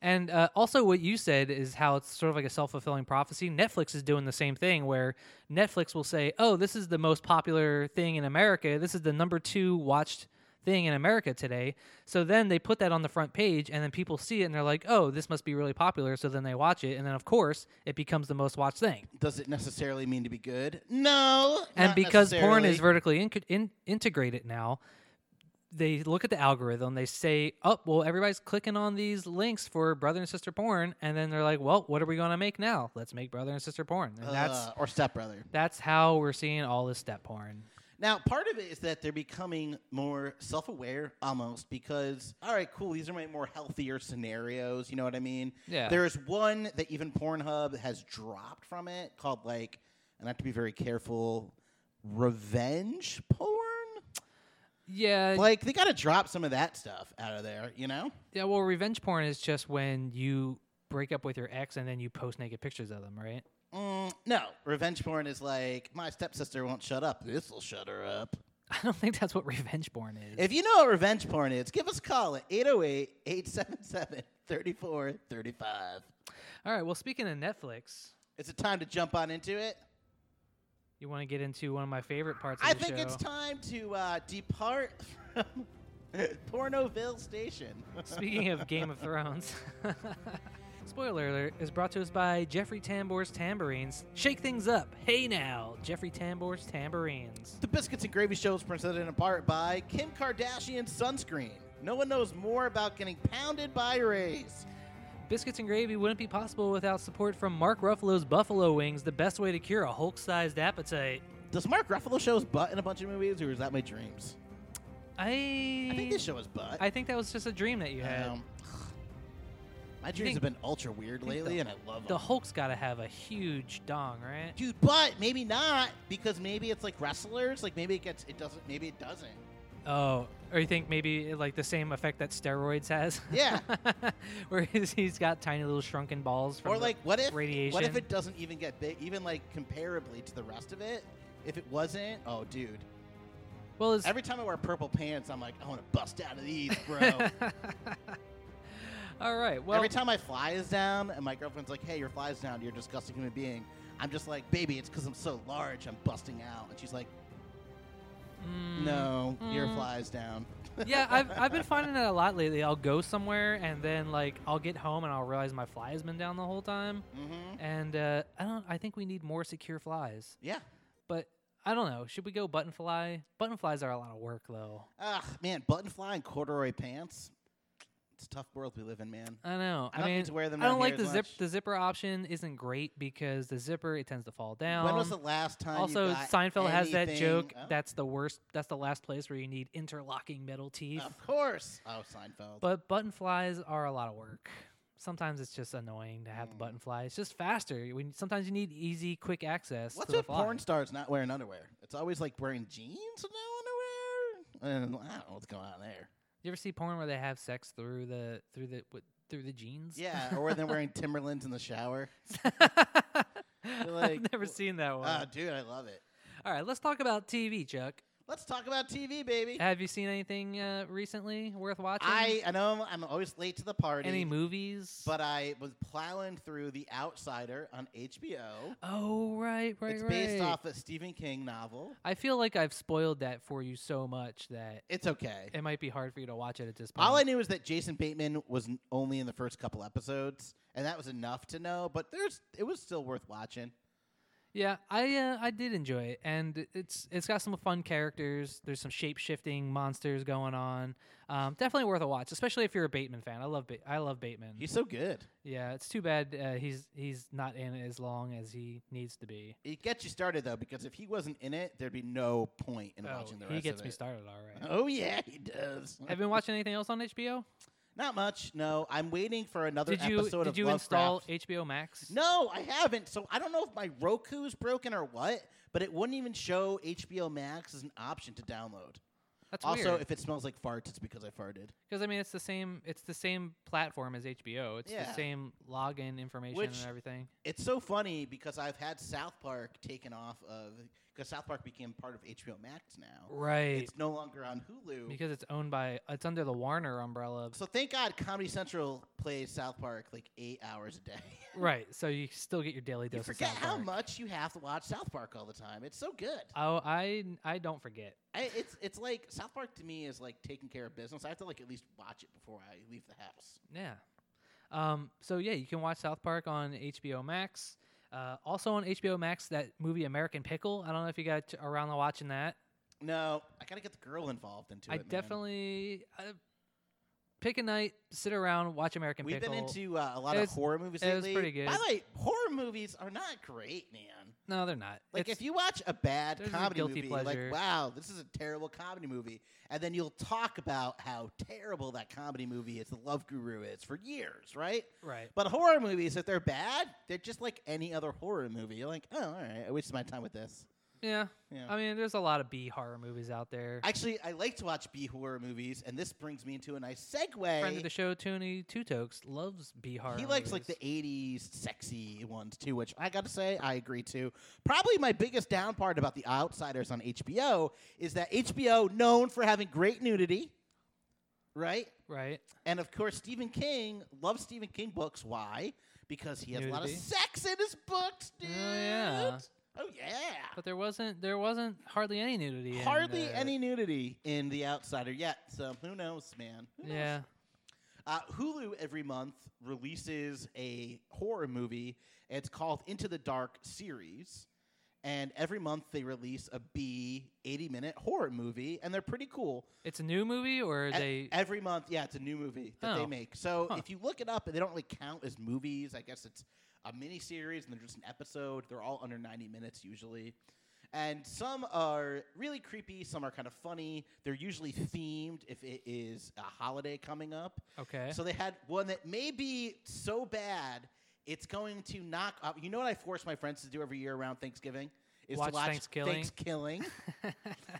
Speaker 2: And uh, also, what you said is how it's sort of like a self fulfilling prophecy. Netflix is doing the same thing where Netflix will say, oh, this is the most popular thing in America. This is the number two watched thing in America today. So then they put that on the front page, and then people see it and they're like, oh, this must be really popular. So then they watch it. And then, of course, it becomes the most watched thing.
Speaker 3: Does it necessarily mean to be good? No.
Speaker 2: And
Speaker 3: not
Speaker 2: because porn is
Speaker 3: necessarily.
Speaker 2: vertically in- in- integrated now, they look at the algorithm. They say, "Oh, well, everybody's clicking on these links for brother and sister porn," and then they're like, "Well, what are we going to make now? Let's make brother and sister porn." And that's
Speaker 3: Uh, or stepbrother.
Speaker 2: that's how we're seeing all this step porn.
Speaker 3: Now, part of it is that they're becoming more self aware almost because, all right, cool, these are my more healthier scenarios. You know what I mean?
Speaker 2: Yeah.
Speaker 3: There's one that even Pornhub has dropped from it called, like, and I have to be very careful, revenge porn?
Speaker 2: Yeah,
Speaker 3: Like, they got to drop some of that stuff out of there, you know?
Speaker 2: yeah. Well, revenge porn is just when you break up with your ex and then you post naked pictures of them, right?
Speaker 3: Mm, no, revenge porn is like, my stepsister won't shut up. This will shut her up.
Speaker 2: I don't think that's what revenge porn is.
Speaker 3: If you know what revenge porn is, give us a call at 808 877 3435.
Speaker 2: All right. Well, speaking of Netflix,
Speaker 3: Is it time to jump on into it?
Speaker 2: you want to get into one of my favorite parts. Of
Speaker 3: I
Speaker 2: the
Speaker 3: think it's
Speaker 2: show.
Speaker 3: time to uh, depart from Pornoville Station.
Speaker 2: Speaking of Game of Thrones, spoiler alert is brought to us by Jeffrey Tambor's Tambourines. Shake things up. Hey now, Jeffrey Tambor's Tambourines.
Speaker 3: The Biscuits and Gravy Show is presented in part by Kim Kardashian Sunscreen. No one knows more about getting pounded by rays.
Speaker 2: Biscuits and gravy wouldn't be possible without support from Mark Ruffalo's Buffalo Wings, the best way to cure a Hulk sized appetite.
Speaker 3: Does Mark Ruffalo show his butt in a bunch of movies, or is that my dreams?
Speaker 2: I,
Speaker 3: I think they show his butt.
Speaker 2: I think that was just a dream that you had.
Speaker 3: Um, my dreams
Speaker 2: think-
Speaker 3: have been ultra weird lately, and I love
Speaker 2: the
Speaker 3: them.
Speaker 2: Hulk's got to have a huge dong, right?
Speaker 3: Dude, but maybe not because maybe it's like wrestlers. Like maybe it gets it doesn't. Maybe it doesn't.
Speaker 2: Oh, or you think maybe like the same effect that steroids has?
Speaker 3: Yeah.
Speaker 2: where he's, he's got tiny little shrunken balls. From
Speaker 3: or
Speaker 2: the-
Speaker 3: like what if what if
Speaker 2: radiation.
Speaker 3: it doesn't even get big? Even like comparably to the rest of it, if it wasn't, oh dude.
Speaker 2: well, it's,
Speaker 3: Every time I wear purple pants, I'm like, I want to bust out of these, bro.
Speaker 2: all right. Well,
Speaker 3: Oh. Every time my fly is down, and my girlfriend's like, "Hey, your fly's down. You're a disgusting human being." I'm just like, "Baby, it's because I'm so large. I'm busting out." And she's like,
Speaker 2: mm,
Speaker 3: "No, your
Speaker 2: mm.
Speaker 3: fly's down."
Speaker 2: yeah, I've, I've been finding that a lot lately. I'll go somewhere and then like I'll get home and I'll realize my fly has been down the whole time.
Speaker 3: Mm-hmm.
Speaker 2: And uh, I don't. I think we need more secure flies.
Speaker 3: Yeah.
Speaker 2: But I don't know. Should we go button fly? Button flies are a lot of work though.
Speaker 3: Ugh, man, button fly and corduroy pants. It's a tough world we live in, man.
Speaker 2: I know.
Speaker 3: I
Speaker 2: I,
Speaker 3: don't
Speaker 2: mean,
Speaker 3: need to wear them
Speaker 2: I
Speaker 3: down
Speaker 2: don't
Speaker 3: here
Speaker 2: like the
Speaker 3: as
Speaker 2: zip.
Speaker 3: much.
Speaker 2: The zipper option isn't great because the zipper it tends to fall down.
Speaker 3: when was the last time? you
Speaker 2: also,
Speaker 3: got
Speaker 2: Seinfeld has that
Speaker 3: anything-
Speaker 2: joke.
Speaker 3: Oh,
Speaker 2: That's the worst. That's the last place where you need interlocking metal teeth.
Speaker 3: of course. Oh, Seinfeld.
Speaker 2: But button flies are a lot of work. Sometimes it's just annoying to have the
Speaker 3: Hmm.
Speaker 2: button fly. It's just faster. When sometimes you need easy, quick access.
Speaker 3: What's
Speaker 2: to the
Speaker 3: with
Speaker 2: fly.
Speaker 3: porn stars not wearing underwear? It's always like wearing jeans and no underwear. And I don't know what's going on there.
Speaker 2: You ever see porn where they have sex through the through the with, through the jeans?
Speaker 3: Yeah, or when they're wearing Timberlands in the shower. like,
Speaker 2: I've never
Speaker 3: "Wha-
Speaker 2: seen that one.
Speaker 3: Ah, dude, I love it.
Speaker 2: All right, let's talk about TV, Chuck.
Speaker 3: Let's talk about TV, baby.
Speaker 2: Have you seen anything uh, recently worth watching?
Speaker 3: I I know I'm, I'm always late to the party.
Speaker 2: any movies?
Speaker 3: But I was plowing through The Outsider on HBO.
Speaker 2: oh right, right,
Speaker 3: it's
Speaker 2: right.
Speaker 3: based off a Stephen King novel.
Speaker 2: I feel like I've spoiled that for you so much that
Speaker 3: It's okay.
Speaker 2: it might be hard for you to watch it at this point.
Speaker 3: All I knew is that Jason Bateman was n- only in the first couple episodes, and that was enough to know. But there's, it was still worth watching.
Speaker 2: Yeah, I uh, I did enjoy it, and it's it's got some fun characters. There's some shape shifting monsters going on. Um, definitely worth a watch, especially if you're a Bateman fan. I love ba- I love Bateman.
Speaker 3: He's so good.
Speaker 2: yeah, it's too bad uh, he's he's not in it as long as he needs to be.
Speaker 3: It gets you started though, because if he wasn't in it, there'd be no point in
Speaker 2: Oh,
Speaker 3: watching the rest
Speaker 2: he gets
Speaker 3: of
Speaker 2: me
Speaker 3: it.
Speaker 2: started all right.
Speaker 3: Oh yeah, he does.
Speaker 2: Have you been watching anything else on HBO?
Speaker 3: Not much. No, I'm waiting for another
Speaker 2: did you
Speaker 3: episode
Speaker 2: did
Speaker 3: of
Speaker 2: you install
Speaker 3: Lovecraft.
Speaker 2: HBO Max?
Speaker 3: No, I haven't. So I don't know if my Roku's broken or what, but it wouldn't even show HBO Max as an option to download.
Speaker 2: that's
Speaker 3: also,
Speaker 2: weird.
Speaker 3: if it smells like farts, it's because I farted.
Speaker 2: Because I mean, it's the same it's the same platform as HBO. It's
Speaker 3: Yeah.
Speaker 2: the same login information
Speaker 3: Which-
Speaker 2: and everything.
Speaker 3: It's so funny because I've had South Park taken off of because South Park became part of HBO Max now.
Speaker 2: Right.
Speaker 3: It's no longer on Hulu.
Speaker 2: because it's owned by it's under the Warner umbrella.
Speaker 3: so thank God Comedy Central plays South Park like eight hours a day.
Speaker 2: Right. So you still get your daily dose.
Speaker 3: you forget
Speaker 2: of South
Speaker 3: how
Speaker 2: Park.
Speaker 3: much you have to watch South Park all the time. It's so good.
Speaker 2: Oh, I I don't forget.
Speaker 3: I, it's it's like South Park to me is like taking care of business. I have to like at least watch it before I leave the house.
Speaker 2: Yeah. Um. So yeah, you can watch South Park on HBO Max. Uh, also on HBO Max, that movie American Pickle. I don't know if you got t- around to watching that.
Speaker 3: No, I gotta get the girl involved into
Speaker 2: I
Speaker 3: it. man.
Speaker 2: definitely. Uh, pick a night, sit around, watch American
Speaker 3: We've
Speaker 2: Pickle.
Speaker 3: been into uh, a lot
Speaker 2: It's-
Speaker 3: of horror movies
Speaker 2: it
Speaker 3: lately.
Speaker 2: was pretty good.
Speaker 3: By the way, horror movies are not great, man.
Speaker 2: no, they're not.
Speaker 3: Like
Speaker 2: It's-
Speaker 3: if you watch a bad
Speaker 2: There's a
Speaker 3: comedy
Speaker 2: guilty
Speaker 3: movie,
Speaker 2: pleasure.
Speaker 3: like wow, this is a terrible comedy movie, and then you'll talk about how terrible that comedy movie is, the Love Guru is for years, right?
Speaker 2: right.
Speaker 3: But horror movies, if they're bad, they're just like any other horror movie. You're like, oh, all right, I wasted my time with this.
Speaker 2: Yeah.
Speaker 3: Yeah.
Speaker 2: I mean, there's a lot of B horror movies out there.
Speaker 3: Actually, I like to watch B horror movies, and this brings me into a nice
Speaker 2: Friend of the
Speaker 3: segue.
Speaker 2: show, Tony Tutokes, loves B horror.
Speaker 3: He likes like the
Speaker 2: movies.
Speaker 3: '80s sexy ones too, which I gotta say I agree to. Probably my biggest down part about The Outsiders on HBO is that HBO, known for having great nudity, right?
Speaker 2: right.
Speaker 3: And of course, Stephen King loves Stephen King books. Why? Because he has a lot of
Speaker 2: Nudity.
Speaker 3: sex in his books, dude.
Speaker 2: yeah.
Speaker 3: Oh yeah.
Speaker 2: But there wasn't there wasn't hardly any nudity. in,
Speaker 3: Hardly
Speaker 2: uh,
Speaker 3: any nudity in The Outsider yet, so who knows, man? Who knows?
Speaker 2: Yeah.
Speaker 3: Uh, Hulu every month releases a horror movie. It's called Into the Dark series. And every month they release a B 80 minute horror movie, and they're pretty cool.
Speaker 2: It's a new movie, or
Speaker 3: E-
Speaker 2: they
Speaker 3: every month, yeah, it's a new movie that they
Speaker 2: Oh.
Speaker 3: make. So
Speaker 2: Huh.
Speaker 3: if you look it up, they don't really count as movies. I guess it's a mini series and they're just an episode. They're all under 90 minutes usually. And some are really creepy, some are kind of funny. They're usually themed if it is a holiday coming up.
Speaker 2: okay.
Speaker 3: So they had one that may be so bad it's going to knock up. You know what I force my friends to do every year around Thanksgiving is
Speaker 2: Watch
Speaker 3: to watch
Speaker 2: Thanksgiving.
Speaker 3: Thanksgiving.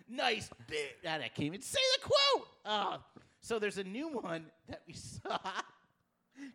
Speaker 3: nice bit. God, I can't even say the quote. Oh. So there's a new one that we saw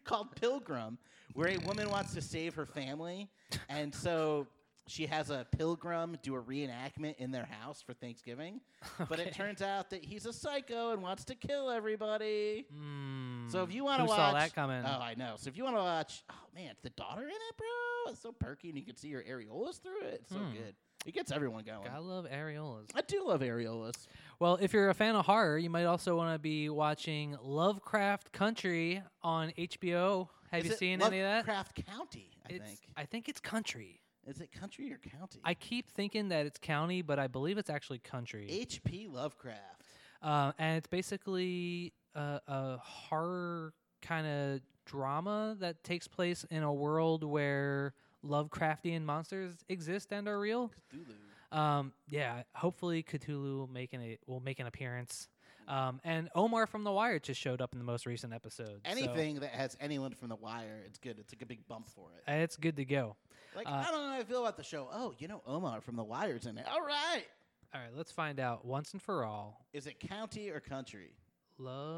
Speaker 3: called Pilgrim, where a woman wants to save her family, and so she has a pilgrim do a reenactment in their house for Thanksgiving. But it
Speaker 2: Okay.
Speaker 3: turns out that he's a psycho and wants to kill everybody.
Speaker 2: Mm,
Speaker 3: So if you want to
Speaker 2: who
Speaker 3: watch,
Speaker 2: saw that coming?
Speaker 3: Oh, I know. So if you want to watch, oh man, it's the daughter in it, bro. It's so perky, and you can see her areolas through it. It's so
Speaker 2: Hmm.
Speaker 3: good. It gets everyone going.
Speaker 2: I love areolas.
Speaker 3: I do love areolas.
Speaker 2: Well, if you're a fan of horror, you might also want to be watching Lovecraft Country on HBO. Have
Speaker 3: Is
Speaker 2: you
Speaker 3: it
Speaker 2: seen any of that?
Speaker 3: Lovecraft County, I
Speaker 2: it's,
Speaker 3: think.
Speaker 2: I think it's country.
Speaker 3: Is it country or county?
Speaker 2: I keep thinking that it's county, but I believe it's actually country.
Speaker 3: H.P. Lovecraft.
Speaker 2: uh, and it's basically a, a horror kind of drama that takes place in a world where Lovecraftian monsters exist and are real.
Speaker 3: Cthulhu.
Speaker 2: Um, yeah, hopefully Cthulhu will make an will make an appearance. Um, and Omar from The Wire just showed up in the most recent episode. so,
Speaker 3: Anything that has anyone from The Wire, it's good. It's like a big bump for it.
Speaker 2: uh, it's good to go.
Speaker 3: Like
Speaker 2: uh,
Speaker 3: I don't know how I feel about the show. Oh, you know Omar from The Wire's in it. All right.
Speaker 2: All right, let's find out once and for all.
Speaker 3: Is it county or country?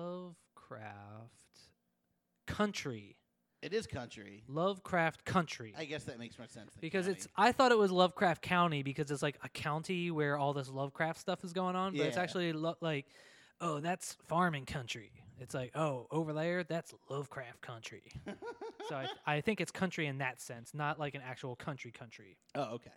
Speaker 2: Lovecraft Country.
Speaker 3: It is country.
Speaker 2: Lovecraft Country.
Speaker 3: I guess that makes more sense. than
Speaker 2: because
Speaker 3: county.
Speaker 2: it's I thought it was Lovecraft County because it's like a county where all this Lovecraft stuff is going on, but it's
Speaker 3: Yeah.
Speaker 2: actually lo- like oh, that's farming country. It's like oh, over there that's Lovecraft Country. so I, I think it's country in that sense, not like an actual country country.
Speaker 3: Oh, okay.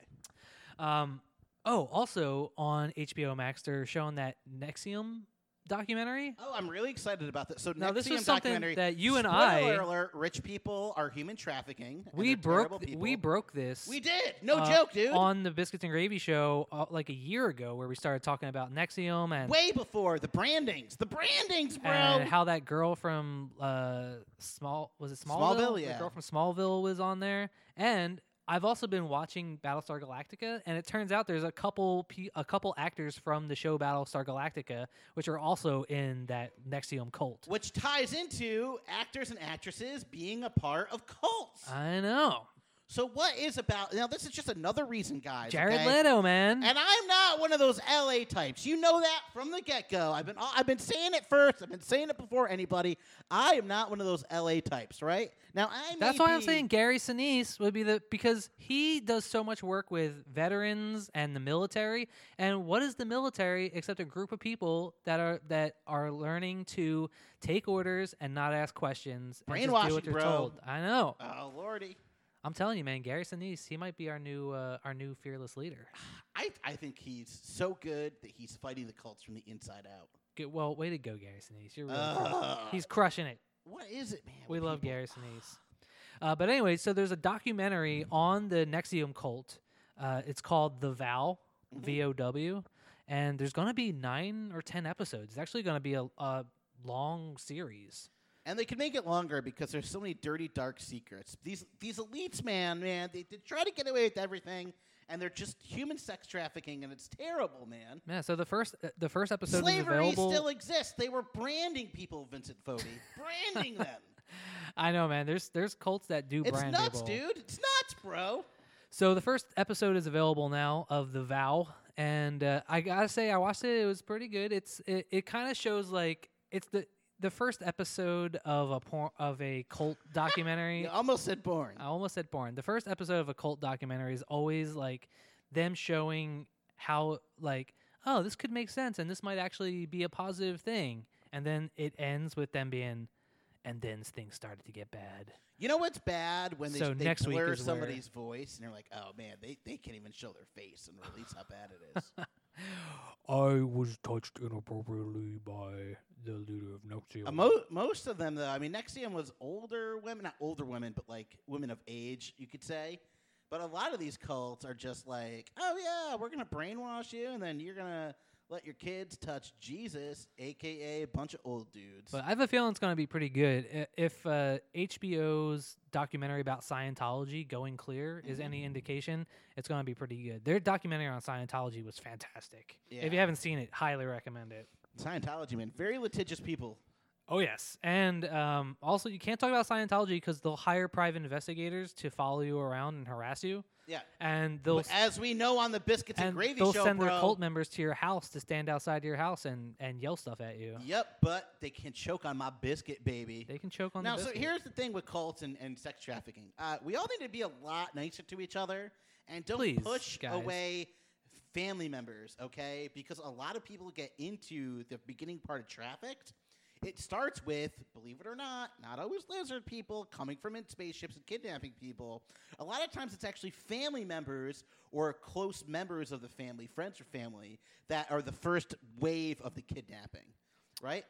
Speaker 2: Um, oh, also on HBO Max they're showing that Nexium documentary.
Speaker 3: Oh, I'm really excited about this. So
Speaker 2: Now,
Speaker 3: next
Speaker 2: this
Speaker 3: CM
Speaker 2: was something
Speaker 3: documentary,
Speaker 2: that you and
Speaker 3: spoiler
Speaker 2: I-
Speaker 3: alert, rich people are human trafficking. and
Speaker 2: We
Speaker 3: they're terrible
Speaker 2: broke th-
Speaker 3: people.
Speaker 2: we broke this.
Speaker 3: We did. No
Speaker 2: uh,
Speaker 3: joke, dude.
Speaker 2: On the Biscuits and Gravy show, uh, like a year ago, where we started talking about Nexium and
Speaker 3: Way before the brandings. The brandings, bro.
Speaker 2: and how that girl from uh small was it
Speaker 3: Smallville,
Speaker 2: Smallville?
Speaker 3: yeah.
Speaker 2: The girl from Smallville was on there, and I've also been watching Battlestar Galactica, and it turns out there's a couple pe- a couple actors from the show Battlestar Galactica, which are also in that Nexium cult.
Speaker 3: Which ties into actors and actresses being a part of cults.
Speaker 2: I know,
Speaker 3: so what is about now? This is just another reason, guys.
Speaker 2: Jared
Speaker 3: okay?
Speaker 2: Leto, man.
Speaker 3: And I'm not one of those LA types. You know that from the get go. I've been I've been saying it first. I've been saying it before anybody. I am not one of those LA types, right? Now I.
Speaker 2: That's
Speaker 3: may
Speaker 2: why I'm
Speaker 3: be-
Speaker 2: saying Gary Sinise would be the because he does so much work with veterans and the military. And what is the military except a group of people that are that are learning to take orders and not ask questions and just do
Speaker 3: Brainwashing,
Speaker 2: what they're
Speaker 3: bro.
Speaker 2: told. I know.
Speaker 3: Oh lordy,
Speaker 2: I'm telling you, man, Gary Sinise, he might be our new uh, our new fearless leader.
Speaker 3: I I think he's so good that he's fighting the cults from the inside out.
Speaker 2: Good, well, way to go, Gary Sinise. You're really
Speaker 3: Ugh.
Speaker 2: crushing. he's crushing it.
Speaker 3: What is it, man?
Speaker 2: We
Speaker 3: with
Speaker 2: love
Speaker 3: people?
Speaker 2: Gary Sinise. Uh, but anyway, so there's a documentary
Speaker 3: Mm-hmm.
Speaker 2: on the Nexium cult. Uh, it's called The Vow,
Speaker 3: Mm-hmm.
Speaker 2: V O W, and there's going to be nine or ten episodes. It's actually going to be a, a long series.
Speaker 3: And they can make it longer because there's so many dirty, dark secrets. These these elites, man, man, they, they try to get away with everything, and they're just human sex trafficking, and it's terrible, man.
Speaker 2: Yeah, so the first uh, the first episode is
Speaker 3: Slavery
Speaker 2: available.
Speaker 3: still exists. They were branding people, Vincent Fodi, branding them.
Speaker 2: I know, man. There's there's cults that do
Speaker 3: It's
Speaker 2: brand
Speaker 3: nuts,
Speaker 2: people.
Speaker 3: dude. It's nuts, bro.
Speaker 2: So the first episode is available now of The Vow, and uh, I gotta say I watched it. It was pretty good. It's it, it kind of shows like it's the the first episode of a por- of a cult documentary.
Speaker 3: You almost said born.
Speaker 2: I almost said porn. The first episode of a cult documentary is always like them showing how like oh this could make sense and this might actually be a positive thing, and then it ends with them being and then things started to get bad.
Speaker 3: You know what's bad when they,
Speaker 2: So
Speaker 3: they
Speaker 2: next week
Speaker 3: blur
Speaker 2: is where-
Speaker 3: somebody's voice and they're like, oh man, they, they can't even show their face and release how bad it is.
Speaker 5: I was touched inappropriately by the leader of Noxium.
Speaker 3: Uh, mo- most of them, though, I mean, Nexium was older women, not older women, but like women of age, you could say. But a lot of these cults are just like, oh yeah, we're gonna brainwash you, and then you're gonna let your kids touch Jesus, aka a bunch of old dudes.
Speaker 2: But I have a feeling it's going to be pretty good. I- If uh, HBO's documentary about Scientology, Going Clear, is
Speaker 3: Mm.
Speaker 2: any indication, it's going to be pretty good. Their documentary on Scientology was fantastic. If
Speaker 3: Yeah.
Speaker 2: you haven't seen it, highly recommend it.
Speaker 3: Scientology, man, very litigious people.
Speaker 2: Oh yes, and um, also you can't talk about Scientology because they'll hire private investigators to follow you around and harass you,
Speaker 3: Yeah.
Speaker 2: and they'll
Speaker 3: But as we know on the biscuits and,
Speaker 2: and
Speaker 3: gravy
Speaker 2: they'll
Speaker 3: show,
Speaker 2: send
Speaker 3: bro.
Speaker 2: their cult members to your house to stand outside your house and, and yell stuff at you.
Speaker 3: Yep, but they can choke on my biscuit, baby.
Speaker 2: They can choke on
Speaker 3: now,
Speaker 2: the
Speaker 3: so
Speaker 2: biscuit.
Speaker 3: here's the thing with cults and, and sex trafficking. Uh, we all need to be a lot nicer to each other and don't
Speaker 2: Please,
Speaker 3: push
Speaker 2: guys.
Speaker 3: away family members, okay? Because a lot of people get into the beginning part of trafficked. It starts with, believe it or not, not always lizard people coming from in spaceships and kidnapping people. A lot of times it's actually family members or close members of the family, friends or family, that are the first wave of the kidnapping, right?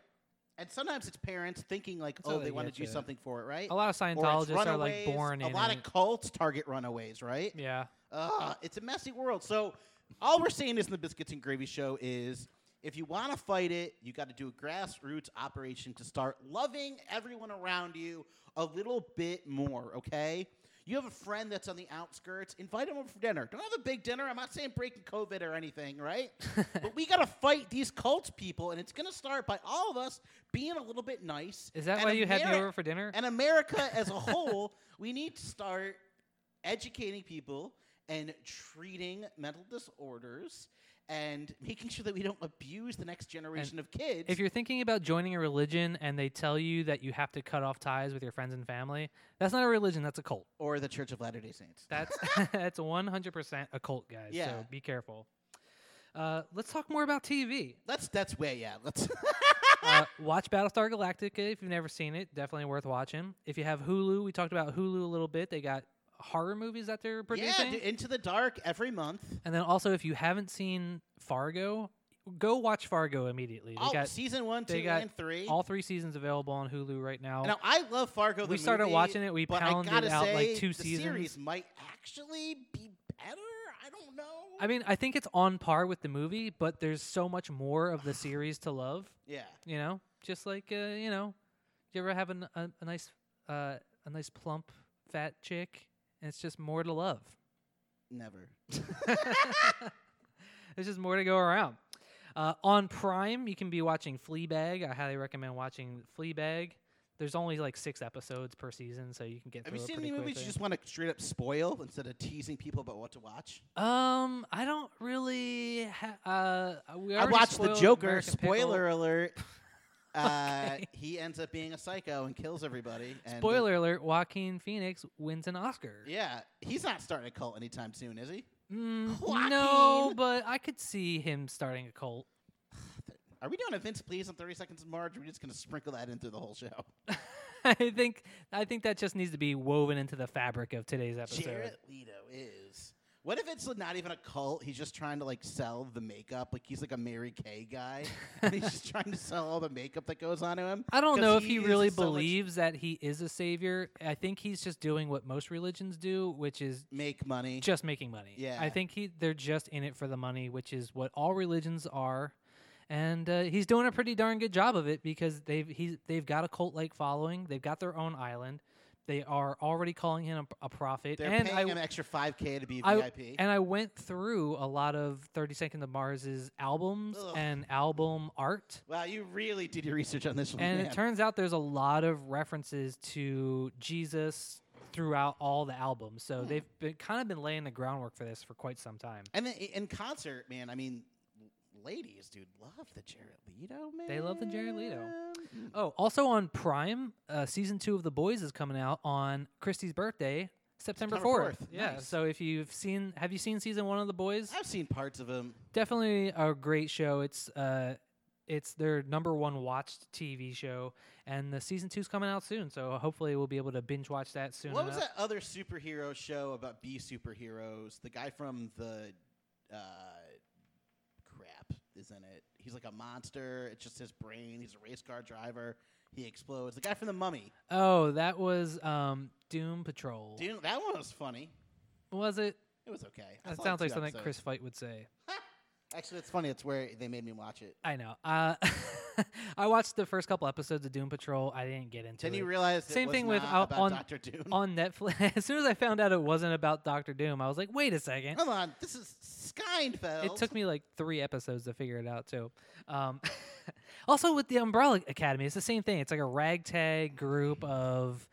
Speaker 3: And sometimes it's parents thinking like,
Speaker 2: how
Speaker 3: oh,
Speaker 2: they
Speaker 3: they want to
Speaker 2: get
Speaker 3: do
Speaker 2: you.
Speaker 3: something for it, right?
Speaker 2: a lot of
Speaker 3: Or it's
Speaker 2: Scientologists are like
Speaker 3: runaways.
Speaker 2: born
Speaker 3: A
Speaker 2: in
Speaker 3: lot
Speaker 2: it.
Speaker 3: of cults target runaways, right?
Speaker 2: yeah.
Speaker 3: Ugh, Ah, it's a messy world. So all we're saying is in the biscuits and gravy show is if you want to fight it, you got to do a grassroots operation to start loving everyone around you a little bit more. Okay. You have a friend that's on the outskirts. Invite him over for dinner. Don't have a big dinner. I'm not saying breaking COVID or anything, right? but we got to fight these cults people, and it's going to start by all of us being a little bit nice.
Speaker 2: Is that
Speaker 3: and
Speaker 2: why you had me
Speaker 3: Ameri-
Speaker 2: over for dinner?
Speaker 3: and America as a whole, we need to start educating people and treating mental disorders and making sure that we don't abuse the next generation of kids.
Speaker 2: If you're thinking about joining a religion and they tell you that you have to cut off ties with your friends and family, that's not a religion. That's a cult.
Speaker 3: or the Church of Latter Day Saints.
Speaker 2: That's that's 100% a cult, guys.
Speaker 3: Yeah.
Speaker 2: So be careful. Uh, let's talk more about TV.
Speaker 3: That's that's way yeah. Let's
Speaker 2: Uh, watch Battlestar Galactica if you've never seen it. Definitely worth watching. If you have Hulu, we talked about Hulu a little bit. They got horror movies that they're
Speaker 3: yeah,
Speaker 2: producing.
Speaker 3: dude, Into the Dark every month.
Speaker 2: and then also, if you haven't seen Fargo, go watch Fargo immediately. They
Speaker 3: All,
Speaker 2: got
Speaker 3: Oh, season one,
Speaker 2: they
Speaker 3: two,
Speaker 2: got
Speaker 3: and three.
Speaker 2: all three seasons available on Hulu right now.
Speaker 3: now I love Fargo.
Speaker 2: we
Speaker 3: the
Speaker 2: started
Speaker 3: movie,
Speaker 2: watching it. We
Speaker 3: but
Speaker 2: pounded
Speaker 3: I gotta
Speaker 2: out
Speaker 3: say,
Speaker 2: like two
Speaker 3: the
Speaker 2: seasons.
Speaker 3: Series might actually be better. I don't know.
Speaker 2: I mean, I think it's on par with the movie, but there's so much more of the series to love.
Speaker 3: yeah.
Speaker 2: You know, just like uh, you know, you ever have an, a, a nice, uh, a nice plump, fat chick, and it's just more to love.
Speaker 3: Never.
Speaker 2: There's just more to go around. Uh, on Prime, you can be watching Fleabag. I highly recommend watching Fleabag. There's only like six episodes per season, so you can get
Speaker 3: Have
Speaker 2: through
Speaker 3: you
Speaker 2: it
Speaker 3: seen
Speaker 2: pretty
Speaker 3: any movies
Speaker 2: quickly.
Speaker 3: you just want to straight up spoil instead of teasing people about what to watch?
Speaker 2: Um, I don't really. Ha- uh, we
Speaker 3: I
Speaker 2: already
Speaker 3: watched The
Speaker 2: spoiled
Speaker 3: Joker.
Speaker 2: American Pickle.
Speaker 3: spoiler alert. Uh, He ends up being a psycho and kills everybody. And uh,
Speaker 2: Spoiler alert: Joaquin Phoenix wins an Oscar.
Speaker 3: yeah, he's not starting a cult anytime soon, is he?
Speaker 2: Mm, no,
Speaker 3: Joaquin!
Speaker 2: but I could see him starting a cult.
Speaker 3: Are we doing a Vince Please on 30 Seconds of Marge? Or are we just going to sprinkle that in through the whole show?
Speaker 2: I think I think that just needs to be woven into the fabric of today's episode.
Speaker 3: Jared Leto is. What if it's not even a cult? He's just trying to like sell the makeup. Like he's like a Mary Kay guy. and he's just trying to sell all the makeup that goes onto him.
Speaker 2: I don't
Speaker 3: 'Cause
Speaker 2: know if he
Speaker 3: is
Speaker 2: really
Speaker 3: so much-
Speaker 2: believes that he is a savior. I think he's just doing what most religions do, which is
Speaker 3: make money.
Speaker 2: just making money.
Speaker 3: Yeah.
Speaker 2: I think he they're just in it for the money, which is what all religions are. and uh, he's doing a pretty darn good job of it because they've he's, they've got a cult like following. They've got their own island. They are already calling him a, a prophet.
Speaker 3: They're
Speaker 2: and
Speaker 3: paying
Speaker 2: I,
Speaker 3: him extra 5K to be
Speaker 2: I-
Speaker 3: VIP.
Speaker 2: and I went through a lot of Thirty Seconds of Mars's albums
Speaker 3: Ugh.
Speaker 2: and album art.
Speaker 3: wow, you really did your research on this one.
Speaker 2: And
Speaker 3: man.
Speaker 2: it turns out there's a lot of references to Jesus throughout all the albums.
Speaker 3: Hmm.
Speaker 2: So they've been, kind of been laying the groundwork for this for quite some time.
Speaker 3: and then in concert, man, I mean, ladies, dude, love the Jared Leto, man.
Speaker 2: They love the Jared Leto.
Speaker 3: Mm.
Speaker 2: Oh, also on Prime, uh, season two of The Boys is coming out on Christie's birthday, September
Speaker 3: September
Speaker 2: fourth.
Speaker 3: 4th.
Speaker 2: Yeah.
Speaker 3: Nice.
Speaker 2: So if you've seen, have you seen season one of The Boys?
Speaker 3: I've seen parts of him.
Speaker 2: Definitely a great show. It's uh, it's their number one watched TV show, and the season two's coming out soon. So hopefully we'll be able to binge watch that soon.
Speaker 3: What was
Speaker 2: enough.
Speaker 3: that other superhero show about B superheroes? The guy from the uh, crap is in it. He's like a monster. It's just his brain. He's a race car driver. He explodes. The guy from the Mummy.
Speaker 2: Oh, that was um, Doom Patrol.
Speaker 3: Dude, that one was funny.
Speaker 2: Was it?
Speaker 3: It was okay. I
Speaker 2: That
Speaker 3: saw
Speaker 2: sounds like
Speaker 3: two
Speaker 2: something
Speaker 3: episodes.
Speaker 2: Chris Fight would say.
Speaker 3: Actually, it's funny. It's where they made me watch it.
Speaker 2: I know. Uh, I watched the first couple episodes of Doom Patrol. I didn't get into
Speaker 3: Then
Speaker 2: it.
Speaker 3: you realize it
Speaker 2: Same
Speaker 3: was
Speaker 2: thing with
Speaker 3: not
Speaker 2: Al-
Speaker 3: about
Speaker 2: on-
Speaker 3: Doctor Doom.
Speaker 2: on Netflix. as soon as I found out it wasn't about Doctor Doom, I was like, wait a second.
Speaker 3: Come on, this is Skyndfeld.
Speaker 2: It took me like three episodes to figure it out too. Um, also, with the Umbrella Academy, it's the same thing. It's like a ragtag group of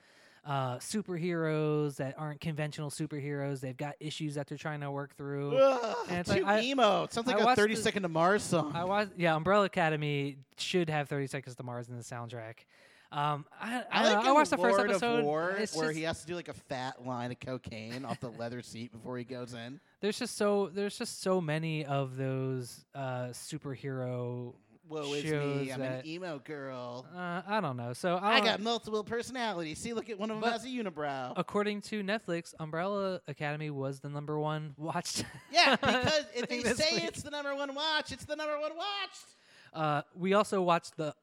Speaker 2: uh, superheroes that aren't conventional superheroes. They've got issues that they're trying to work through.
Speaker 3: Ugh,
Speaker 2: and it's
Speaker 3: too
Speaker 2: like, I-
Speaker 3: emo. It sounds
Speaker 2: I
Speaker 3: like a
Speaker 2: watched
Speaker 3: Thirty Second
Speaker 2: the-
Speaker 3: to Mars song.
Speaker 2: I was yeah. Umbrella Academy should have Thirty Seconds to Mars in the soundtrack. Um, I, I, don't know,
Speaker 3: like
Speaker 2: I
Speaker 3: in
Speaker 2: watched the first
Speaker 3: Lord
Speaker 2: episode.
Speaker 3: Of War,
Speaker 2: it's
Speaker 3: where
Speaker 2: just-
Speaker 3: he has to do like a fat line of cocaine off the leather seat before he goes in.
Speaker 2: there's just so there's just so many of those uh, superhero.
Speaker 3: Woe is
Speaker 2: Shows
Speaker 3: me, I'm an
Speaker 2: that-
Speaker 3: emo girl.
Speaker 2: Uh, I don't know. So I,
Speaker 3: I
Speaker 2: don't-
Speaker 3: got multiple personalities. See, look at one of them
Speaker 2: But-
Speaker 3: has a unibrow.
Speaker 2: According to Netflix, Umbrella Academy was the number one watched.
Speaker 3: yeah, because if they
Speaker 2: thing this
Speaker 3: say
Speaker 2: week.
Speaker 3: it's the number one watch, it's the number one watch.
Speaker 2: Uh, we also watched the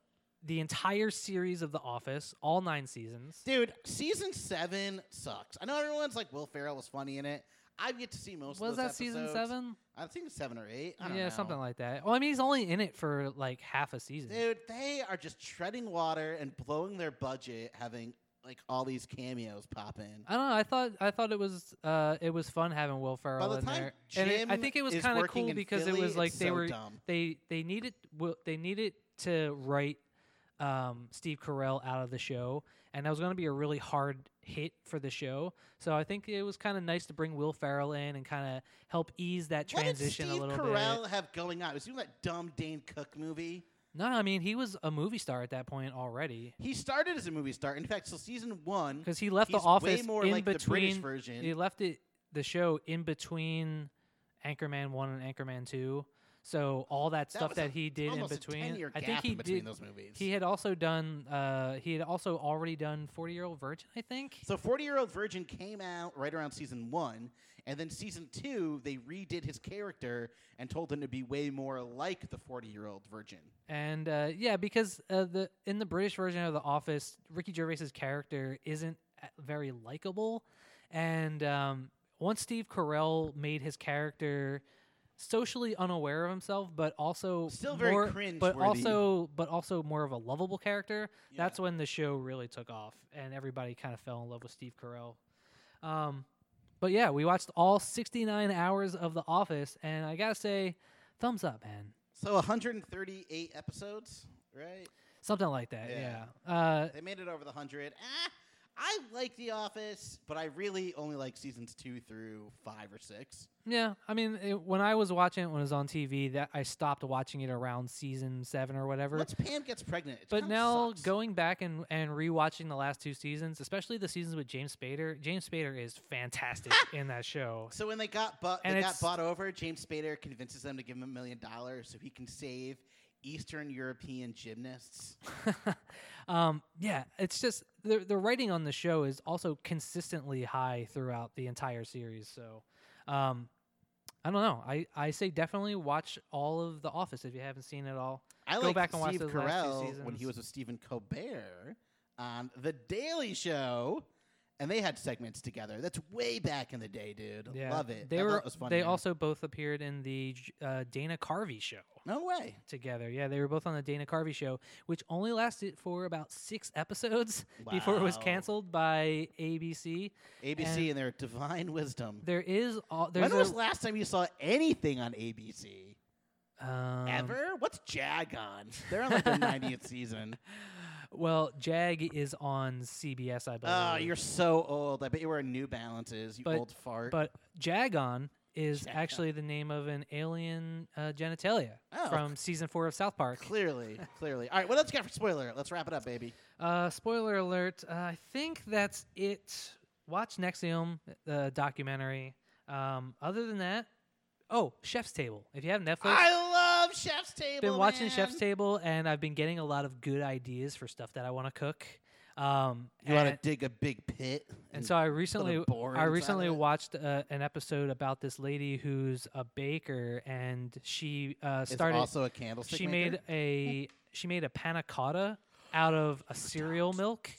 Speaker 2: the entire series of The Office, all nine seasons.
Speaker 3: Dude, season seven sucks. I know everyone's like Will Ferrell was funny in it. I've yet to see most
Speaker 2: Was
Speaker 3: of those
Speaker 2: that
Speaker 3: episodes.
Speaker 2: season seven?
Speaker 3: I think it's seven or eight. I
Speaker 2: Yeah,
Speaker 3: don't know.
Speaker 2: something like that. Well, I mean, he's only in it for like half a season.
Speaker 3: Dude, they are just treading water and blowing their budget, having like all these cameos pop in.
Speaker 2: I don't know. I thought I thought it was uh, it was fun having Will Ferrell
Speaker 3: By the
Speaker 2: in
Speaker 3: time
Speaker 2: there, and it- I
Speaker 3: Jim
Speaker 2: think it was
Speaker 3: is
Speaker 2: kind of
Speaker 3: working
Speaker 2: cool
Speaker 3: in
Speaker 2: because
Speaker 3: Philly,
Speaker 2: it was like
Speaker 3: it's
Speaker 2: they
Speaker 3: so
Speaker 2: were
Speaker 3: dumb.
Speaker 2: they they needed Will they needed to write um, Steve Carell out of the show, and that was going to be a really hard hit for the show. So I think it was kind of nice to bring Will Ferrell in and kind of help ease that transition
Speaker 3: what did Steve
Speaker 2: a little
Speaker 3: Carell
Speaker 2: bit.
Speaker 3: have going on? Was he in that dumb Dane Cook movie?
Speaker 2: No, I mean he was a movie star at that point already
Speaker 3: He started as a movie star. In fact, so season one,
Speaker 2: because he left
Speaker 3: he's
Speaker 2: the office
Speaker 3: way more
Speaker 2: in
Speaker 3: like the
Speaker 2: between
Speaker 3: British version.
Speaker 2: He left it the show in between Anchorman One and Anchorman Two. So all that, stuff
Speaker 3: was
Speaker 2: that
Speaker 3: a-
Speaker 2: he did in
Speaker 3: almost a
Speaker 2: between,
Speaker 3: 10-year
Speaker 2: I
Speaker 3: gap
Speaker 2: think he
Speaker 3: in between
Speaker 2: did.
Speaker 3: those movies.
Speaker 2: He had also done. Uh, he had also already done Forty Year Old Virgin. I think.
Speaker 3: so 40 Year Old Virgin came out right around season one. And then season two, they redid his character and told him to be way more like the 40 Year Old Virgin.
Speaker 2: And uh, yeah, because uh, the in the British version of The Office, Ricky Gervais's character isn't a- very likable, and um, once Steve Carell made his character socially unaware of himself, but also
Speaker 3: Still very
Speaker 2: more, but
Speaker 3: cringe-worthy.
Speaker 2: also but also more of a lovable character. That's when the show really took off, and everybody kind of fell in love with Steve Carell. Um, but yeah, we watched all 69 hours of The Office, and I gotta say, thumbs up, man.
Speaker 3: So 138 episodes, right?
Speaker 2: Something like that, yeah.
Speaker 3: Yeah.
Speaker 2: Uh,
Speaker 3: They made it over the 100. Ah, I like The Office, but I really only like seasons two through five or six.
Speaker 2: yeah. I mean, it, when I was watching it when it was on TV, that I stopped watching it around season seven or whatever.
Speaker 3: Once Pam gets pregnant, it
Speaker 2: but
Speaker 3: kinda
Speaker 2: now
Speaker 3: sucks.
Speaker 2: going back and and rewatching the last two seasons, especially the seasons with James Spader, James Spader is fantastic in that show.
Speaker 3: So when they got bought,
Speaker 2: And
Speaker 3: they got
Speaker 2: it's-
Speaker 3: bought over. James Spader convinces them to give him a million dollars so he can save Eastern European gymnasts.
Speaker 2: um, yeah, it's just the the writing on the show is also consistently high throughout the entire series. So, um, I don't know. I I say definitely watch all of The Office if you haven't seen it all.
Speaker 3: I
Speaker 2: Go
Speaker 3: like
Speaker 2: back and watch
Speaker 3: Steve
Speaker 2: those last two
Speaker 3: Carell when he
Speaker 2: seasons.
Speaker 3: was with Stephen Colbert on The Daily Show. and they had segments together. That's way back in the day, dude.
Speaker 2: Yeah.
Speaker 3: Love it.
Speaker 2: They
Speaker 3: I thought
Speaker 2: were.
Speaker 3: it was funny,
Speaker 2: they
Speaker 3: man.
Speaker 2: also both appeared in the J- uh, Dana Carvey show
Speaker 3: no way.
Speaker 2: together. Yeah, they were both on the Dana Carvey show, which only lasted for about six episodes before it was
Speaker 3: Wow.
Speaker 2: canceled by ABC.
Speaker 3: ABC
Speaker 2: And-
Speaker 3: and, their divine wisdom.
Speaker 2: There is all. There's
Speaker 3: When was
Speaker 2: a-
Speaker 3: last time you saw anything on ABC?
Speaker 2: um,
Speaker 3: Ever? What's Jag on? They're on like the 90th season.
Speaker 2: Well, Jag is on CBS, I believe.
Speaker 3: Oh, you're so old. I bet you wear New Balances, you
Speaker 2: But-
Speaker 3: old fart.
Speaker 2: But Jagon is
Speaker 3: Jagon.
Speaker 2: actually the name of an alien uh, genitalia
Speaker 3: Oh.
Speaker 2: from season four of South Park.
Speaker 3: clearly, clearly. All right, what else you got for spoiler? alert? Let's wrap it up, baby.
Speaker 2: Uh, spoiler alert. Uh, I think that's it. Watch Nexium, the documentary. Um, other than that, oh, Chef's Table. If you have Netflix,
Speaker 3: I love Chef's Table.
Speaker 2: I've been watching Chef's
Speaker 3: man.
Speaker 2: Table, and I've been getting a lot of good ideas for stuff that I want to cook. Um,
Speaker 3: You want to
Speaker 2: and-
Speaker 3: dig a big pit?
Speaker 2: and so I recently
Speaker 3: bore
Speaker 2: I
Speaker 3: inside of
Speaker 2: recently
Speaker 3: it?
Speaker 2: watched uh, an episode about this lady who's a baker and she uh,
Speaker 3: it's
Speaker 2: started
Speaker 3: also a candlestick.
Speaker 2: she
Speaker 3: maker?
Speaker 2: made a she made a panna cotta out of a cereal milk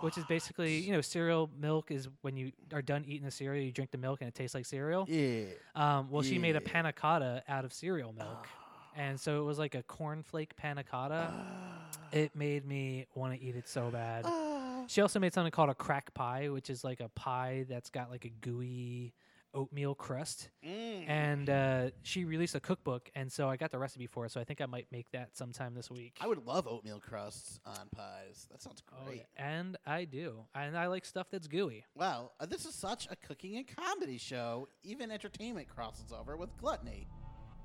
Speaker 2: which is basically you know cereal milk is when you are done eating the cereal you drink the milk and it tastes like cereal
Speaker 3: Yeah.
Speaker 2: um, well she made a
Speaker 3: yeah. Ah.
Speaker 2: panna cotta out of cereal milk and so it was like a cornflake panna cotta it made me want to eat it so bad
Speaker 3: Ah.
Speaker 2: she also made something called a crack pie, which is like a pie that's got like a gooey oatmeal crust.
Speaker 3: Mm.
Speaker 2: And uh, she released a cookbook, and so I got the recipe for it. So I think I might make that sometime this week.
Speaker 3: I would love oatmeal crusts on pies. That sounds
Speaker 2: Oh, yeah.
Speaker 3: great.
Speaker 2: And I do, and I like stuff that's gooey.
Speaker 3: Wow, uh, this is such a cooking and comedy show. Even entertainment crosses over with gluttony.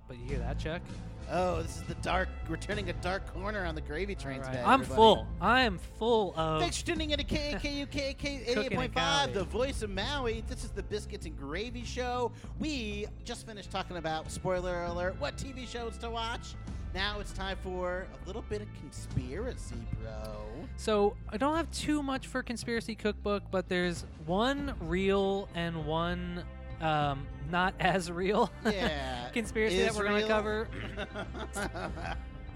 Speaker 2: But you hear that, Chuck?
Speaker 3: Oh, this is the dark. We're turning a dark corner on the gravy train
Speaker 2: Right.
Speaker 3: today.
Speaker 2: I'm
Speaker 3: everybody.
Speaker 2: full. I am full of.
Speaker 3: Thanks for tuning in to KAKU KAKU
Speaker 2: Cooking and
Speaker 3: 88.5, the
Speaker 2: comedy.
Speaker 3: voice of Maui. This is the Biscuits and Gravy Show. We just finished talking about, spoiler alert, what TV shows to watch. Now it's time for a little bit of conspiracy, bro.
Speaker 2: So I don't have too much for conspiracy cookbook, but there's one real and one um, not as real.
Speaker 3: Yeah.
Speaker 2: conspiracy that we're going to
Speaker 3: Israel.
Speaker 2: cover.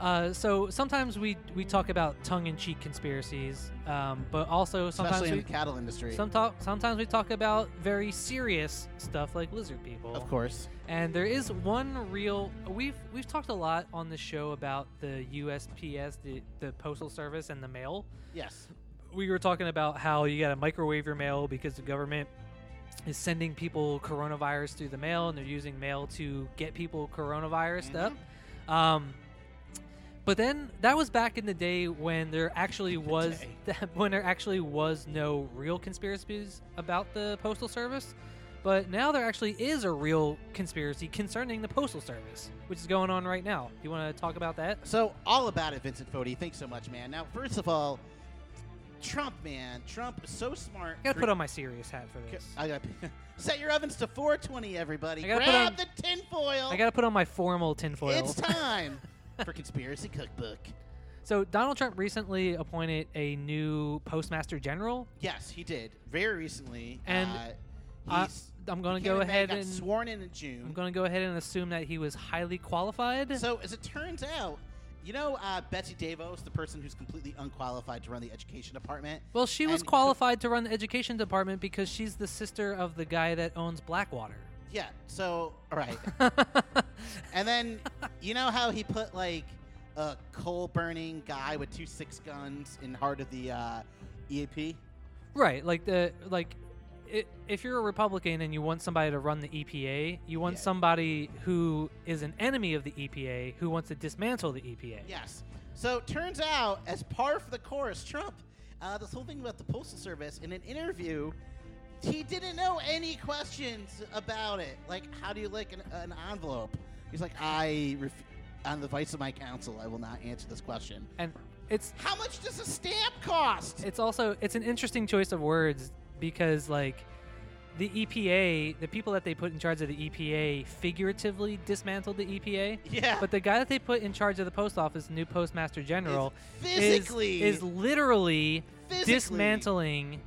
Speaker 2: uh, so sometimes we we talk about tongue-in-cheek conspiracies, um, but also sometimes
Speaker 3: Especially in
Speaker 2: we,
Speaker 3: the cattle industry.
Speaker 2: some talk, sometimes we talk about very serious stuff like lizard people.
Speaker 3: of course.
Speaker 2: And there is one real we've we've talked a lot on the show about the USPS, the, the postal service, and the mail
Speaker 3: Yes.
Speaker 2: we were talking about how you got to microwave your mail because the government is sending people coronavirus through the mail and they're using mail to get people
Speaker 3: Mm-hmm.
Speaker 2: coronavirus up. Um, but then that was back in the day when there actually was when there actually was no real conspiracies about the postal service. But now there actually is a real conspiracy concerning the postal service, which is going on right now. Do you want to talk about that?
Speaker 3: So all about it, Vincent Fodi. Thanks so much, man. Now, first of all, Trump, man, Trump is so smart.
Speaker 2: I got to
Speaker 3: Cre-
Speaker 2: put on my serious hat for this.
Speaker 3: I got set your ovens to 420, everybody.
Speaker 2: I gotta put
Speaker 3: Grab
Speaker 2: on-
Speaker 3: the tinfoil.
Speaker 2: I got to put on my formal tinfoil.
Speaker 3: it's time for conspiracy cookbook.
Speaker 2: So Donald Trump recently appointed a new postmaster general,
Speaker 3: Yes, he did very recently.
Speaker 2: And
Speaker 3: uh,
Speaker 2: I-
Speaker 3: he's
Speaker 2: I'm gonna
Speaker 3: he came
Speaker 2: go
Speaker 3: in May,
Speaker 2: ahead
Speaker 3: got
Speaker 2: and-
Speaker 3: sworn in in
Speaker 2: I'm
Speaker 3: June.
Speaker 2: going to go ahead and assume that he was highly qualified.
Speaker 3: So as it turns out, you know uh, Betsy Davos, the person who's completely unqualified to run the education department.
Speaker 2: well, she was
Speaker 3: and-
Speaker 2: qualified to run the education department because she's the sister of the guy that owns Blackwater.
Speaker 3: Yeah. So all right. And then you know how he put like a coal burning guy with two six guns in heart of the uh, EAP.
Speaker 2: right, like the like i if you're a Republican and you want somebody to run the EPA, you want
Speaker 3: Yeah.
Speaker 2: somebody who is an enemy of the EPA who wants to dismantle the E EPA.
Speaker 3: Yes. So turns out, as par for the course, Trump, uh, this whole thing about the postal service in an interview, he didn't know any questions about it. Like, how do you like an, an envelope? He's like, I, ref- on the advice of my counsel, I will not answer this question.
Speaker 2: And it's
Speaker 3: How much does a stamp cost?
Speaker 2: it's also it's an interesting choice of words because like the EPA, the people that they put in charge of the EPA figuratively dismantled the EPA.
Speaker 3: Yeah.
Speaker 2: But the guy that they put in charge of the post office, the new postmaster general, is-
Speaker 3: physically-
Speaker 2: is, literally
Speaker 3: Physically.
Speaker 2: dismantling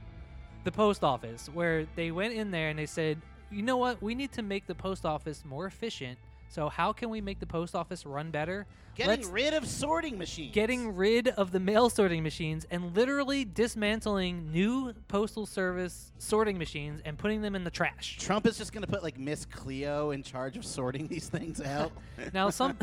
Speaker 2: the post office where they went in there and they said, "You know what? We need to make the post office more efficient So how can we make the post office run better?
Speaker 3: Getting
Speaker 2: Let's-
Speaker 3: rid of sorting machines.
Speaker 2: getting rid of the mail sorting machines and literally dismantling new postal service sorting machines and putting them in the trash.
Speaker 3: Trump is just going to put like Miss Cleo in charge of sorting these things out.
Speaker 2: Now some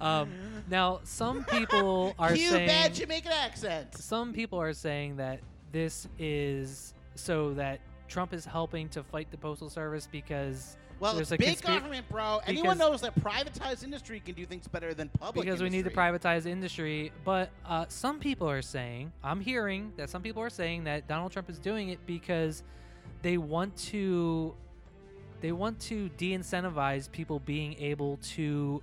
Speaker 2: um, now some people are
Speaker 3: you
Speaker 2: saying
Speaker 3: bad Jamaican accent.
Speaker 2: some people are saying that this is so that Trump is helping to fight the postal service because
Speaker 3: Well, it's
Speaker 2: there's a
Speaker 3: big
Speaker 2: conspira-
Speaker 3: government, bro. Anyone
Speaker 2: because-
Speaker 3: knows that privatized industry can do things better than public.
Speaker 2: because we need to
Speaker 3: industry.
Speaker 2: privatize industry. But uh, some people are saying, I'm hearing that some people are saying that Donald Trump is doing it because they want to, they want to de-incentivize people being able to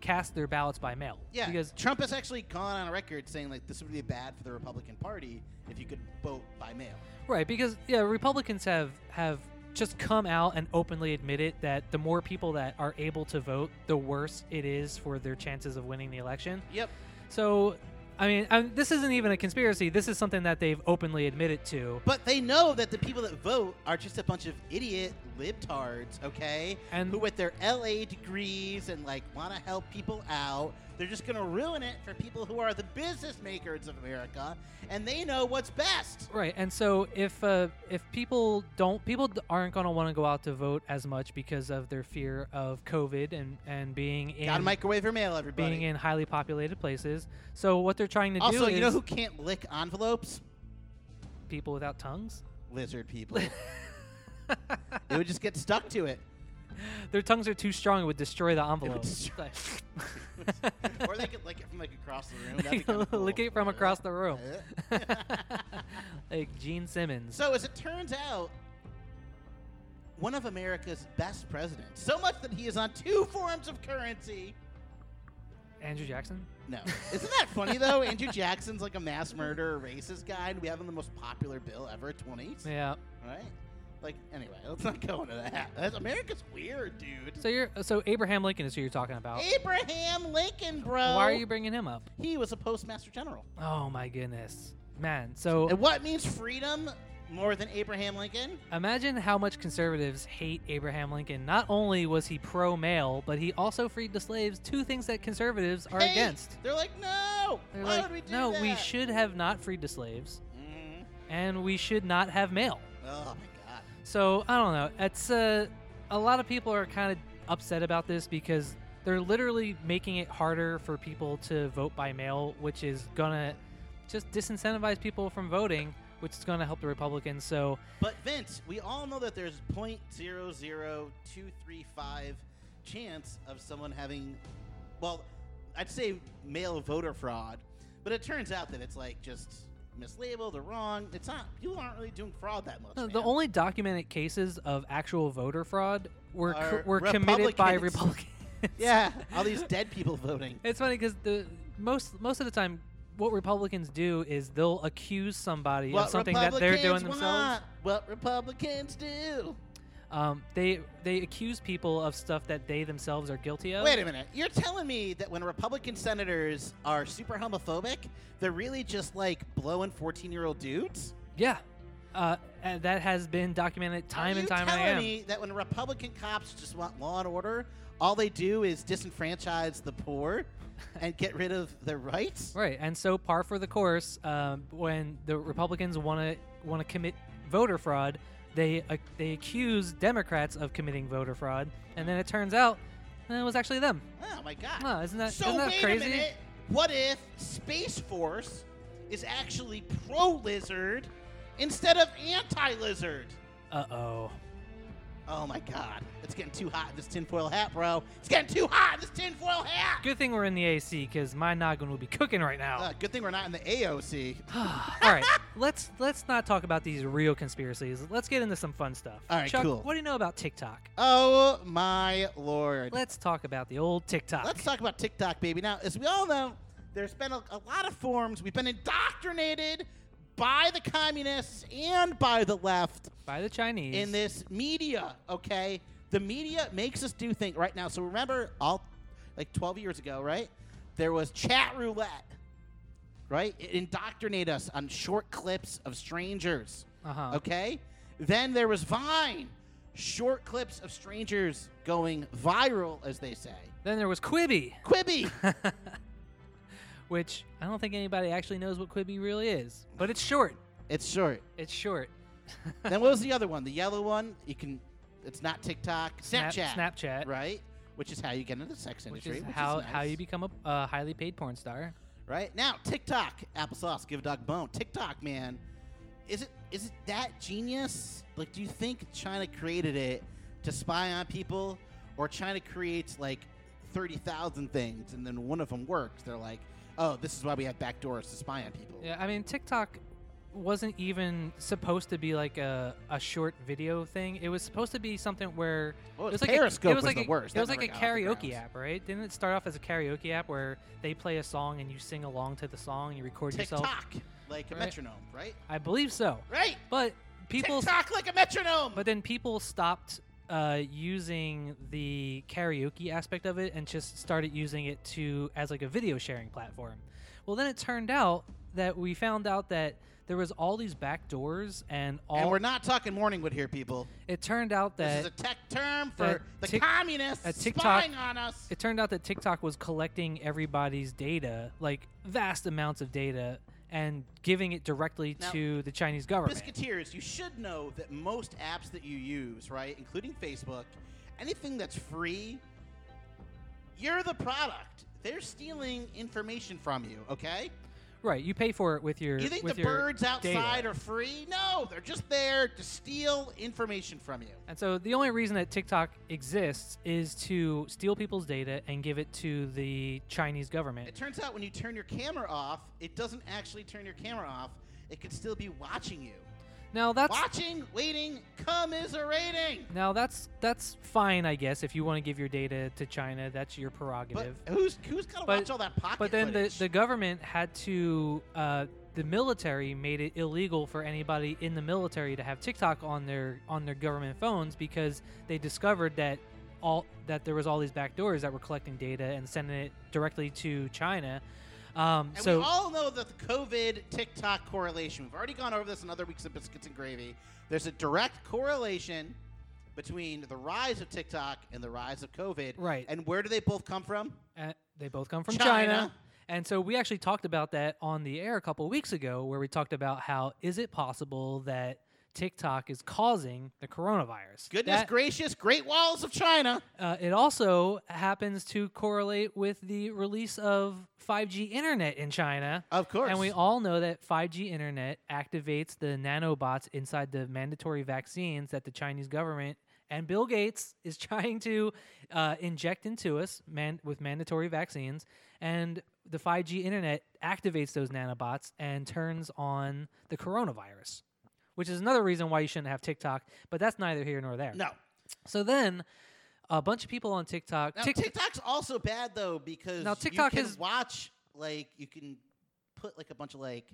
Speaker 2: cast their ballots by mail.
Speaker 3: Yeah,
Speaker 2: Because
Speaker 3: Trump has actually gone on record saying like this would be bad for the Republican Party if you could vote by mail.
Speaker 2: right, because yeah, Republicans have have just come out and openly admitted that the more people that are able to vote, the worse it is for their chances of winning the election.
Speaker 3: Yep.
Speaker 2: So, I mean, I, this isn't even a conspiracy. This is something that they've openly admitted to.
Speaker 3: But they know that the people that vote are just a bunch of idiot libtards, okay?
Speaker 2: And-
Speaker 3: who with their LA degrees and like want to help people out, they're just going to ruin it for people who are the business makers of America and they know what's best.
Speaker 2: Right, and so if uh, if people don't, people d- aren't gonna want to go out to vote as much because of their fear of COVID and and being in
Speaker 3: Got to microwave your mail, everybody.
Speaker 2: being in highly populated places. So what they're trying to do
Speaker 3: also,
Speaker 2: is
Speaker 3: you know who can't lick envelopes?
Speaker 2: people without tongues.
Speaker 3: Lizard people. they would just get stuck to it.
Speaker 2: Their tongues are too strong; it would destroy the envelope.
Speaker 3: destroy- or they could lick it from like across the room. That'd be kinda cool.
Speaker 2: Look it from across the room, like Gene Simmons.
Speaker 3: So, as it turns out, one of America's best presidents, so much that he is on two forms of currency.
Speaker 2: Andrew Jackson.
Speaker 3: No. Isn't that funny, though? Andrew Jackson's like a mass murderer, racist guy, and we have him the most popular bill ever, 20s.
Speaker 2: Yeah.
Speaker 3: Right? Like, anyway, let's not go into that. That's, America's weird, dude.
Speaker 2: So you're so Abraham Lincoln is who you're talking about.
Speaker 3: Abraham Lincoln, bro.
Speaker 2: Why are you bringing him up?
Speaker 3: He was a postmaster general.
Speaker 2: Oh my goodness, man. So
Speaker 3: And what means freedom more than Abraham Lincoln?
Speaker 2: Imagine how much conservatives hate Abraham Lincoln. Not only was he pro male, but he also freed the slaves, two things that conservatives are
Speaker 3: Hey,
Speaker 2: against.
Speaker 3: They're like, no.
Speaker 2: They're
Speaker 3: why
Speaker 2: like,
Speaker 3: would we do
Speaker 2: no,
Speaker 3: that?
Speaker 2: we should have not freed the slaves,
Speaker 3: Mhm.
Speaker 2: and we should not have mail.
Speaker 3: Oh my god.
Speaker 2: So, I don't know. It's uh, a lot of people are kind of upset about this because they're literally making it harder for people to vote by mail, which is going to just disincentivize people from voting, which is going to help the Republicans. So,
Speaker 3: But Vince, we all know that there's 0.00235 chance of someone having, well, I'd say male voter fraud, but it turns out that it's like just mislabeled or wrong. It's not. People aren't really doing fraud that much.
Speaker 2: No, The
Speaker 3: man.
Speaker 2: only documented cases of actual voter fraud were co-
Speaker 3: Are
Speaker 2: were committed by
Speaker 3: Republicans.
Speaker 2: Republicans.
Speaker 3: yeah, all these dead people voting.
Speaker 2: it's funny because the most most of the time, what Republicans do is they'll accuse somebody of
Speaker 3: What
Speaker 2: something that they're doing
Speaker 3: Republicans
Speaker 2: themselves.
Speaker 3: want, What Republicans do.
Speaker 2: Um, they they accuse people of stuff that they themselves are guilty of.
Speaker 3: Wait a minute. You're telling me that when Republican senators are super homophobic, they're really just like blowing 14 year old dudes?
Speaker 2: Yeah, uh, and that has been documented time
Speaker 3: are
Speaker 2: and
Speaker 3: you
Speaker 2: time
Speaker 3: telling
Speaker 2: again.
Speaker 3: me that when Republican cops just want law and order, all they do is disenfranchise the poor and get rid of their rights?
Speaker 2: Right, and so par for the course, um, when the Republicans want to want to commit voter fraud, they uh, they accuse Democrats of committing voter fraud, and then it turns out eh, it was actually them.
Speaker 3: Oh my god.
Speaker 2: Huh, isn't that-
Speaker 3: so
Speaker 2: isn't that
Speaker 3: wait
Speaker 2: crazy?
Speaker 3: a minute. What if Space Force is actually pro lizard instead of anti lizard?
Speaker 2: Uh oh.
Speaker 3: Oh my god. It's getting too hot in this tinfoil hat, bro. It's getting too hot in this tinfoil hat.
Speaker 2: Good thing we're in the AC because my noggin will be cooking right
Speaker 3: Uh,
Speaker 2: now.
Speaker 3: good thing we're not in the AOC.
Speaker 2: All right, let's let's not talk about these real conspiracies. Let's get into some fun stuff.
Speaker 3: All right,
Speaker 2: Chuck,
Speaker 3: cool.
Speaker 2: What do you know about TikTok?
Speaker 3: Oh my lord.
Speaker 2: Let's talk about the old TikTok.
Speaker 3: Let's talk about TikTok, baby. Now, as we all know, there's been a, a lot of forms. We've been indoctrinated by the communists and by the left
Speaker 2: by the Chinese.
Speaker 3: in this media, okay? The media makes us do things right now. So remember, all like 12 years ago, right? There was chat roulette, right? It indoctrinated us on short clips of strangers,
Speaker 2: Uh-huh.
Speaker 3: okay? Then there was Vine, short clips of strangers going viral, as they say.
Speaker 2: Then there was Quibi,
Speaker 3: Quibi!
Speaker 2: which I don't think anybody actually knows what Quibi really is, but it's short.
Speaker 3: it's short.
Speaker 2: It's short.
Speaker 3: then what was the other one? The yellow one? You can. It's not TikTok.
Speaker 2: Snap-
Speaker 3: Snapchat.
Speaker 2: Snapchat.
Speaker 3: Right? Which is how you get into the sex
Speaker 2: Which
Speaker 3: industry.
Speaker 2: is how, how
Speaker 3: nice.
Speaker 2: you become a uh, highly paid porn star.
Speaker 3: right now TikTok applesauce give a dog bone TikTok man is it is it that genius like do you think China created it to spy on people or China creates like 30,000 things and then one of them works they're like oh this is why we have back doors to spy on people
Speaker 2: Yeah, I mean TikTok wasn't even supposed to be like a, a short video thing. It was supposed to be something where
Speaker 3: Well,
Speaker 2: it was
Speaker 3: Oh, Periscope
Speaker 2: like a, it was
Speaker 3: was
Speaker 2: like
Speaker 3: the
Speaker 2: a,
Speaker 3: worst.
Speaker 2: It
Speaker 3: That
Speaker 2: was like
Speaker 3: never
Speaker 2: a
Speaker 3: got off the
Speaker 2: karaoke
Speaker 3: ground.
Speaker 2: app, right? Didn't it start off as a karaoke app where they play a song and you sing along to the song and you record yourself?
Speaker 3: TikTok like a
Speaker 2: Right.
Speaker 3: metronome right
Speaker 2: I believe so.
Speaker 3: right
Speaker 2: But people
Speaker 3: TikTok like a metronome
Speaker 2: but then people stopped uh, using the karaoke aspect of it and just started using it to as like a video sharing platform. Well, then it turned out that we found out that there was all these back doors and all.
Speaker 3: and we're not talking Morningwood here people
Speaker 2: it turned out
Speaker 3: this is
Speaker 2: that
Speaker 3: a tech term for
Speaker 2: that
Speaker 3: the
Speaker 2: Tik-
Speaker 3: communists
Speaker 2: a TikTok-
Speaker 3: spying on us
Speaker 2: it turned out that TikTok was collecting everybody's data, like vast amounts of data, and giving it directly
Speaker 3: Now,
Speaker 2: to the Chinese government.
Speaker 3: Biscuiteers, you should know that most apps that you use, right, including Facebook, anything that's free, you're the product. They're stealing information from you, okay?
Speaker 2: Right, you pay for it with your.
Speaker 3: You think
Speaker 2: with
Speaker 3: the
Speaker 2: your
Speaker 3: birds outside
Speaker 2: data.
Speaker 3: are free? No, they're just there to steal information from you.
Speaker 2: And so the only reason that TikTok exists is to steal people's data and give it to the Chinese
Speaker 3: It
Speaker 2: government.
Speaker 3: turns out when you turn your camera off, it doesn't actually turn your camera off. It could still be watching you.
Speaker 2: Now that's
Speaker 3: Watching, waiting, commiserating.
Speaker 2: now that's that's fine, I guess. If you want to give your data to China, that's your prerogative.
Speaker 3: But who's who's got to
Speaker 2: But-
Speaker 3: watch all that pocket
Speaker 2: But then the,
Speaker 3: footage?
Speaker 2: the government had to uh, the military made it illegal for anybody in the military to have TikTok on their on their government phones because they discovered that all that there was all these back doors that were collecting data and sending it directly to China. Um,
Speaker 3: And
Speaker 2: so
Speaker 3: we all know that the COVID TikTok correlation, we've already gone over this in other weeks of Biscuits and Gravy. There's a direct correlation between the rise of TikTok and the rise of COVID.
Speaker 2: Right.
Speaker 3: And where do they both come from?
Speaker 2: Uh, they both come from China.
Speaker 3: China.
Speaker 2: And so we actually talked about that on the air a couple weeks ago, where we talked about how is it possible that TikTok is causing the coronavirus?
Speaker 3: Goodness
Speaker 2: That,
Speaker 3: gracious, Great Walls of China.
Speaker 2: uh, it also happens to correlate with the release of 5G internet in China.
Speaker 3: Of course.
Speaker 2: And we all know that 5G internet activates the nanobots inside the mandatory vaccines that the Chinese government and Bill Gates is trying to uh, inject into us man- with mandatory vaccines. And the 5G internet activates those nanobots and turns on the coronavirus, which is another reason why you shouldn't have TikTok, but that's neither here nor there.
Speaker 3: No.
Speaker 2: So then a bunch of people on TikTok.
Speaker 3: Now,
Speaker 2: Tik-
Speaker 3: TikTok's also bad, though, because
Speaker 2: Now,
Speaker 3: you
Speaker 2: TikTok
Speaker 3: can
Speaker 2: is-
Speaker 3: watch, like, you can put, like, a bunch of, like,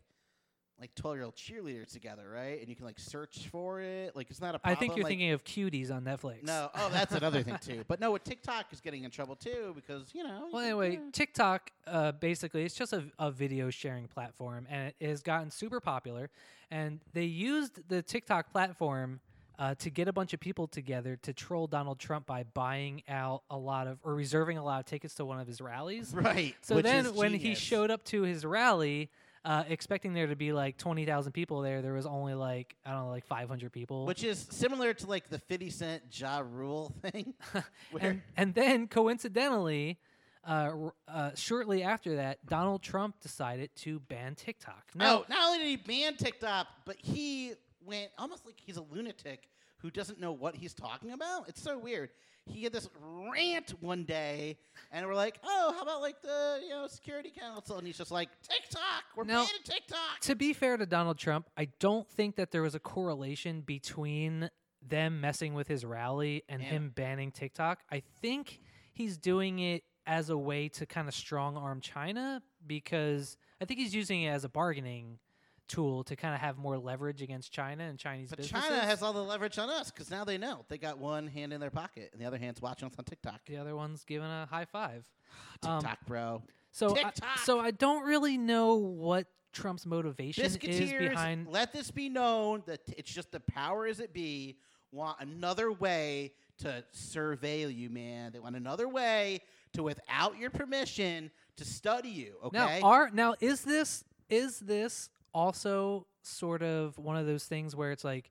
Speaker 3: like 12 year old cheerleaders together, right? And you can, like, search for it. Like, it's not a
Speaker 2: I
Speaker 3: problem.
Speaker 2: think you're
Speaker 3: like,
Speaker 2: thinking of cuties on Netflix.
Speaker 3: No, oh, that's another thing too. But no, what TikTok is getting in trouble too because you know.
Speaker 2: Well,
Speaker 3: you-
Speaker 2: anyway,
Speaker 3: Oh, yeah.
Speaker 2: TikTok uh, basically it's just a, a video sharing platform, and it has gotten super popular. And they used the TikTok platform uh, to get a bunch of people together to troll Donald Trump by buying out a lot of or reserving a lot of tickets to one of his rallies.
Speaker 3: right.
Speaker 2: So
Speaker 3: which
Speaker 2: then,
Speaker 3: is
Speaker 2: when he
Speaker 3: genius.
Speaker 2: showed up to his rally, uh, expecting there to be like twenty thousand people there, there was only like I don't know, like five hundred people.
Speaker 3: which is similar to like the Fifty Cent Ja Rule thing, where
Speaker 2: and and then coincidentally, uh, r- uh, shortly after that, Donald Trump decided to ban TikTok.
Speaker 3: no, Oh, not only did he ban TikTok, but he went almost like he's a lunatic who doesn't know what he's talking about. It's so weird. He had this rant one day, and we're like, "Oh, how about like the you know Security Council?" And he's just like, "TikTok, we're
Speaker 2: Now-
Speaker 3: banning TikTok."
Speaker 2: to be fair to Donald Trump, I don't think that there was a correlation between them messing with his rally and
Speaker 3: Yeah.
Speaker 2: him banning TikTok. I think he's doing it as a way to kind of strong arm China because I think he's using it as a bargaining tool to kind of have more leverage against China and Chinese
Speaker 3: But
Speaker 2: businesses.
Speaker 3: China has all the leverage on us because now they know they got one hand in their pocket and the other hand's watching us on TikTok.
Speaker 2: the other one's giving a high five. Um,
Speaker 3: TikTok, bro.
Speaker 2: So, I,
Speaker 3: TikTok.
Speaker 2: so I don't really know what Trump's motivation is
Speaker 3: Biscuiteers,
Speaker 2: behind.
Speaker 3: let this be known that it's just the power as it be want another way to surveil you, man. They want another way to, without your permission, to study you. Okay.
Speaker 2: Now, are now is this is this also sort of one of those things where it's like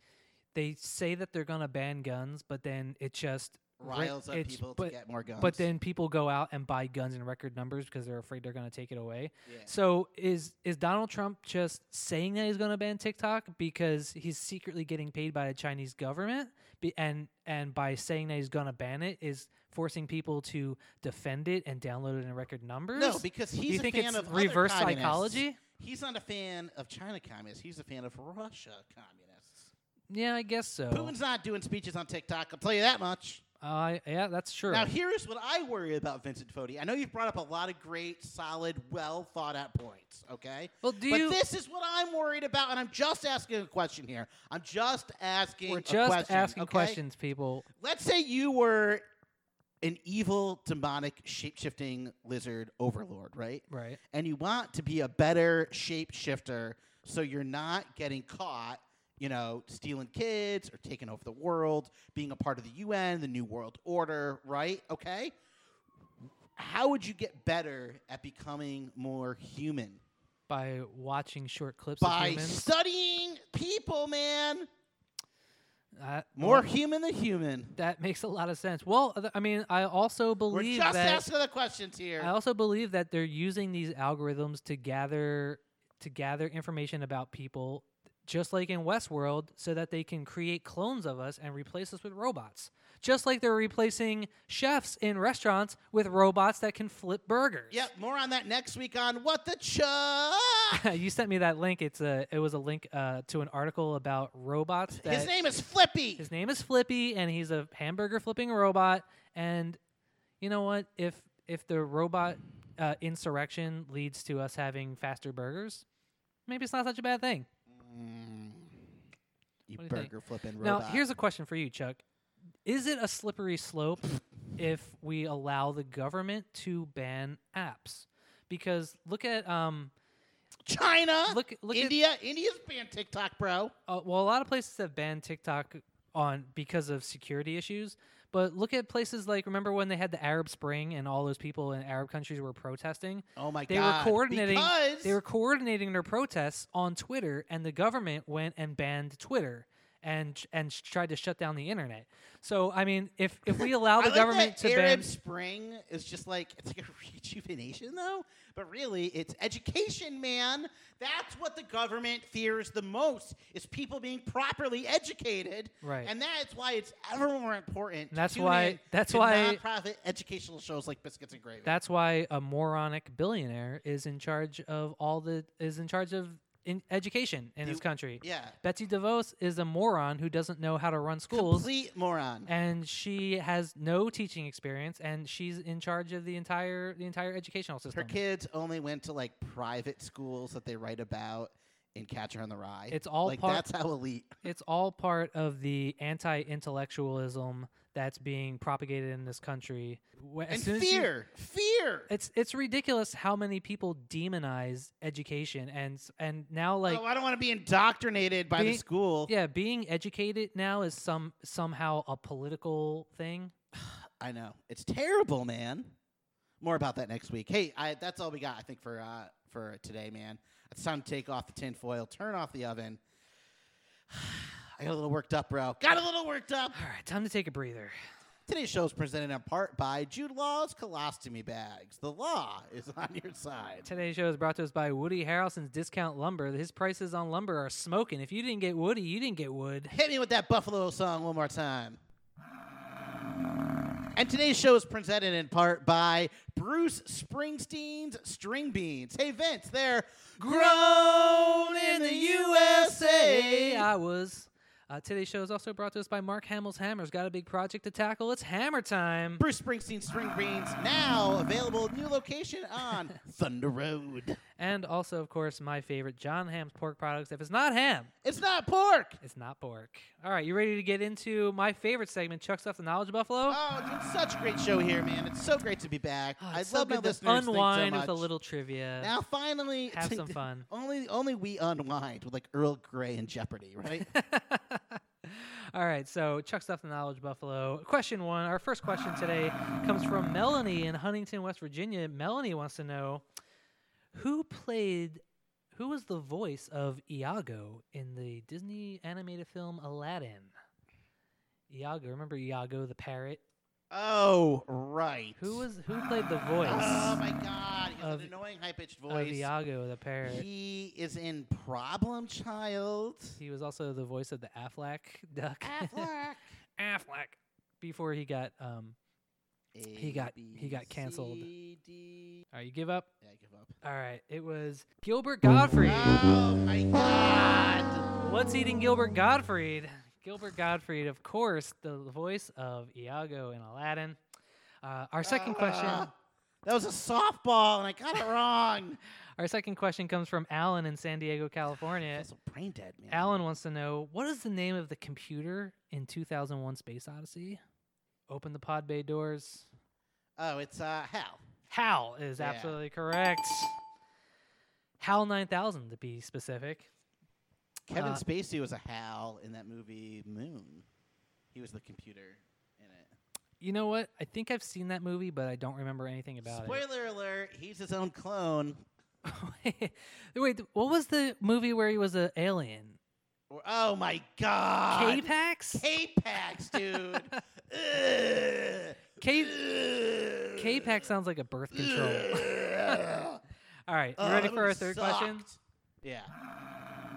Speaker 2: they say that they're gonna ban guns, but then it just re-
Speaker 3: riles up
Speaker 2: it's-
Speaker 3: people
Speaker 2: but,
Speaker 3: to get more guns.
Speaker 2: But then people go out and buy guns in record numbers because they're afraid they're gonna take it away.
Speaker 3: Yeah.
Speaker 2: So is is Donald Trump just saying that he's gonna ban TikTok because he's secretly getting paid by the Chinese government, Be- and and by saying that he's gonna ban it is forcing people to defend it and download it in record numbers?
Speaker 3: no, because
Speaker 2: Do
Speaker 3: he's
Speaker 2: you
Speaker 3: a
Speaker 2: think
Speaker 3: fan
Speaker 2: it's
Speaker 3: of other
Speaker 2: reverse
Speaker 3: communists.
Speaker 2: psychology?
Speaker 3: He's not a fan of China communists. He's a fan of Russia communists.
Speaker 2: Yeah, I guess so.
Speaker 3: Putin's not doing speeches on TikTok. I'll tell you that much.
Speaker 2: Uh, yeah, that's true.
Speaker 3: Now, here is what I worry about Vincent Fodi. I know you've brought up a lot of great, solid, well thought out points, okay?
Speaker 2: Well, do
Speaker 3: but
Speaker 2: you-
Speaker 3: this is what I'm worried about, and I'm just asking a question here. I'm just asking
Speaker 2: We're
Speaker 3: a
Speaker 2: just
Speaker 3: question,
Speaker 2: asking
Speaker 3: okay?
Speaker 2: questions, people.
Speaker 3: Let's say you were an evil, demonic, shape shifting lizard overlord, right?
Speaker 2: Right.
Speaker 3: and you want to be a better shapeshifter so you're not getting caught, you know, stealing kids or taking over the world, being a part of the UN, the New World Order, right? Okay? How would you get better at becoming more human?
Speaker 2: By watching short clips
Speaker 3: By
Speaker 2: of humans.
Speaker 3: studying people, man.
Speaker 2: Uh,
Speaker 3: More
Speaker 2: well,
Speaker 3: human than human.
Speaker 2: that makes a lot of sense. Well, th- I mean, I also
Speaker 3: We're
Speaker 2: believe
Speaker 3: just
Speaker 2: that
Speaker 3: asking the questions here.
Speaker 2: I also believe that they're using these algorithms to gather to gather information about people just like in Westworld so that they can create clones of us and replace us with robots. Just like they're replacing chefs in restaurants with robots that can flip burgers.
Speaker 3: yep, more on that next week on What the Chuck.
Speaker 2: you sent me that link. It's a it was a link uh, to an article about robots. That
Speaker 3: His name is Flippy.
Speaker 2: his name is Flippy, and he's a hamburger flipping robot. And you know what? If if the robot uh, insurrection leads to us having faster burgers, maybe it's not such a bad thing.
Speaker 3: you
Speaker 2: What do you think?
Speaker 3: Mm. burger flipping robot.
Speaker 2: Now, here's a question for you, Chuck. Is it a slippery slope if we allow the government to ban apps? Because look at um
Speaker 3: China.
Speaker 2: look look at
Speaker 3: India. India's banned TikTok, bro.
Speaker 2: uh, well, a lot of places have banned TikTok on because of security issues. But look at places like remember when they had the Arab Spring and all those people in Arab countries were protesting.
Speaker 3: Oh my
Speaker 2: They
Speaker 3: god.
Speaker 2: were coordinating.
Speaker 3: Because
Speaker 2: They were coordinating their protests on Twitter, and the government went and banned Twitter and and sh- tried to shut down the internet. So I mean, if if we allow
Speaker 3: I
Speaker 2: the
Speaker 3: like
Speaker 2: government
Speaker 3: that
Speaker 2: to
Speaker 3: Arab
Speaker 2: ban,
Speaker 3: Spring is just like it's like a rejuvenation though, but really it's education, man. That's what the government fears the most is people being properly educated,
Speaker 2: Right.
Speaker 3: And that's why it's ever more important. to
Speaker 2: That's
Speaker 3: tune
Speaker 2: why-
Speaker 3: in
Speaker 2: that's
Speaker 3: to
Speaker 2: why-
Speaker 3: nonprofit educational shows like Biscuits and Gravy.
Speaker 2: that's why a moronic billionaire is in charge of all the is in charge of in education in
Speaker 3: The-
Speaker 2: this country.
Speaker 3: yeah,
Speaker 2: Betsy DeVos is a moron who doesn't know how to run schools,
Speaker 3: complete moron.
Speaker 2: and she has no teaching experience, and she's in charge of the entire the entire educational
Speaker 3: Her
Speaker 2: system.
Speaker 3: kids only went to like private schools that they write about in Catcher in the Rye.
Speaker 2: It's all
Speaker 3: like
Speaker 2: part-
Speaker 3: that's how elite.
Speaker 2: It's all part of the anti-intellectualism that's being propagated in this country. Wh- as
Speaker 3: And
Speaker 2: soon as you-
Speaker 3: fear, fear.
Speaker 2: it's it's ridiculous how many people demonize education, and s- and now like
Speaker 3: oh, I don't want to be indoctrinated by the
Speaker 2: Being-
Speaker 3: school.
Speaker 2: yeah, being educated now is some somehow a political thing.
Speaker 3: I know it's terrible, man. More about that next week. Hey, I, that's all we got. I think for uh, for today, man. It's time to take off the tin foil, turn off the oven. I got a little worked up, bro. Got a little worked up.
Speaker 2: All right, time to take a breather.
Speaker 3: Today's show is presented in part by Jude Law's colostomy bags. The law is on your side.
Speaker 2: Today's show is brought to us by Woody Harrelson's Discount Lumber. His prices on lumber are smoking. If you didn't get Woody, you didn't get wood.
Speaker 3: Hit me with that Buffalo song one more time. And today's show is presented in part by Bruce Springsteen's String Beans. Hey, Vince, they're grown in the
Speaker 2: Hey,
Speaker 3: USA.
Speaker 2: I was. Uh, today's show is also brought to us by Mark Hamill's Hammers. Got a big project to tackle. It's hammer time.
Speaker 3: Bruce Springsteen's String Beans, now available at new location on Thunder Road.
Speaker 2: And also, of course, my favorite, John Ham's pork products. If it's not ham,
Speaker 3: It's not pork.
Speaker 2: it's not pork. All right, you ready to get into my favorite segment, Chuck Stuff the Knowledge Buffalo?
Speaker 3: Oh, it's been such a great show here, man. It's so great to be back.
Speaker 2: Oh,
Speaker 3: I
Speaker 2: it's so
Speaker 3: love my
Speaker 2: good to
Speaker 3: listeners. Thanks so
Speaker 2: Unwind with a
Speaker 3: much.
Speaker 2: little trivia.
Speaker 3: Now finally,
Speaker 2: Have some fun.
Speaker 3: Only, only we unwind with like Earl Grey and Jeopardy, right?
Speaker 2: All right, so Chuck Stuff the Knowledge Buffalo. Question one. Our first question today comes from Melanie in Huntington, West Virginia. Melanie wants to know who played, who was the voice of Iago in the Disney animated film Aladdin? Iago, remember Iago the parrot?
Speaker 3: Oh, right.
Speaker 2: Who was who played the voice
Speaker 3: Oh my God! He has
Speaker 2: Of-
Speaker 3: an annoying high pitched
Speaker 2: of
Speaker 3: voice.
Speaker 2: Iago the parrot?
Speaker 3: He is in Problem Child.
Speaker 2: He was also the voice of the Affleck duck.
Speaker 3: Affleck.
Speaker 2: Affleck. Before he got um. He got- he got canceled. All right, you give up.
Speaker 3: Yeah, I give up.
Speaker 2: All right, it was Gilbert Gottfried.
Speaker 3: Oh my God!
Speaker 2: What's eating Gilbert Gottfried? Gilbert Gottfried, of course, the voice of Iago in Aladdin. Uh, our second question.
Speaker 3: Ah. That was a softball, and I got it wrong.
Speaker 2: Our second question comes from Alan in San Diego, California.
Speaker 3: That's so brain dead, man.
Speaker 2: Alan wants to know what is the name of the computer in 2001: Space Odyssey? Open the pod bay doors.
Speaker 3: Oh, it's uh, Hal.
Speaker 2: HAL is
Speaker 3: Yeah.
Speaker 2: absolutely correct. HAL 9000, to be specific.
Speaker 3: Kevin
Speaker 2: Uh,
Speaker 3: Spacey was a Hal in that movie Moon. He was the computer in it.
Speaker 2: You know what? I think I've seen that movie, but I don't remember anything about it.
Speaker 3: Spoiler alert: He's his own clone.
Speaker 2: Wait, th- what was the movie where he was an alien?
Speaker 3: Or- oh my God!
Speaker 2: K-Pax?
Speaker 3: K-Pax, dude. Ugh.
Speaker 2: K- K-Pax sounds like a birth control.
Speaker 3: Ugh.
Speaker 2: All right, you
Speaker 3: Oh,
Speaker 2: ready
Speaker 3: that
Speaker 2: for our
Speaker 3: movie
Speaker 2: third
Speaker 3: sucked.
Speaker 2: question?
Speaker 3: Yeah.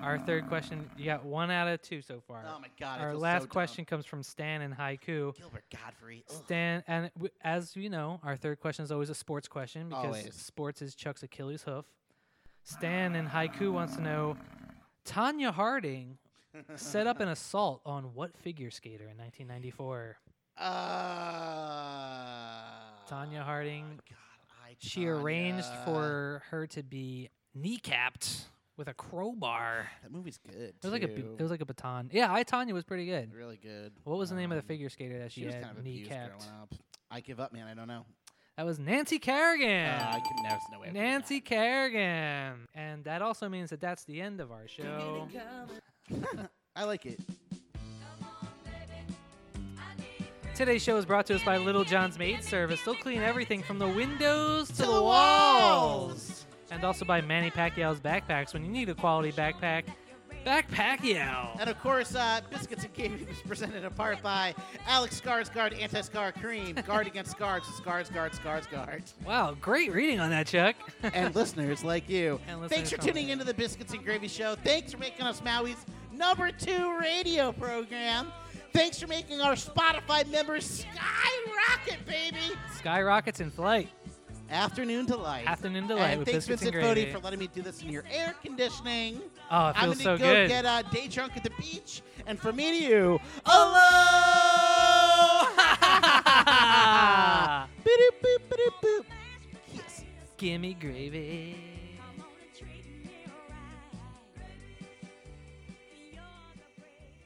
Speaker 2: Our third question, you got one out of two so far.
Speaker 3: Oh my God! I
Speaker 2: our
Speaker 3: feel so
Speaker 2: last
Speaker 3: dumb.
Speaker 2: question comes from Stan in Haiku.
Speaker 3: Gilbert Godfrey.
Speaker 2: Stan, and w- as you know, our third question is always a sports question because
Speaker 3: Always.
Speaker 2: sports is Chuck's Achilles hoof. Stan in Haiku wants to know Tanya Harding set up an assault on what figure skater in 1994?
Speaker 3: Uh,
Speaker 2: Tanya Harding,
Speaker 3: God, I
Speaker 2: she arranged
Speaker 3: Tanya.
Speaker 2: for her to be kneecapped with a crowbar.
Speaker 3: that movie's good.
Speaker 2: It was like a b-
Speaker 3: too.
Speaker 2: it was like a baton. Yeah, I Tanya was pretty good.
Speaker 3: really good.
Speaker 2: What was the name of the
Speaker 3: Um,
Speaker 2: figure skater that she,
Speaker 3: She was
Speaker 2: had
Speaker 3: kind of abused growing
Speaker 2: kneecapped?
Speaker 3: up. I give up, man. I don't know.
Speaker 2: That was Nancy Kerrigan.
Speaker 3: Uh, I can never no way. I could've
Speaker 2: Nancy
Speaker 3: gotten it.
Speaker 2: Kerrigan. And that also means that that's the end of our show.
Speaker 3: I like it.
Speaker 2: Today's show is brought to us by Little John's Maid Service. They'll clean everything from the windows to,
Speaker 3: To
Speaker 2: the
Speaker 3: the
Speaker 2: walls.
Speaker 3: walls.
Speaker 2: And also by Manny Pacquiao's backpacks. When you need a quality backpack, back Pacquiao.
Speaker 3: And of course, uh, Biscuits and Gravy was presented in part by Alex Skarsgård Anti-Scar Cream, Guard Against Scars, Skarsgård, Skarsgård.
Speaker 2: Wow, great reading on that, Chuck.
Speaker 3: and listeners like you.
Speaker 2: And listeners
Speaker 3: Thanks for
Speaker 2: like
Speaker 3: tuning
Speaker 2: you.
Speaker 3: into the Biscuits and Gravy Show. Thanks for making us Maui's number two radio program. Thanks for making our Spotify members skyrocket, baby.
Speaker 2: Skyrockets in flight.
Speaker 3: Afternoon delight.
Speaker 2: Afternoon delight
Speaker 3: And
Speaker 2: with
Speaker 3: thanks,
Speaker 2: Biscuits and
Speaker 3: Vincent Fodi,
Speaker 2: Gravy.
Speaker 3: for letting me do this in your air conditioning.
Speaker 2: Oh, it
Speaker 3: I'm
Speaker 2: feels
Speaker 3: gonna
Speaker 2: so
Speaker 3: go
Speaker 2: good.
Speaker 3: get a day drunk at the beach, and for me to you, aloha. Boop, boop, boop, boop. Yes.
Speaker 2: Gimme gravy.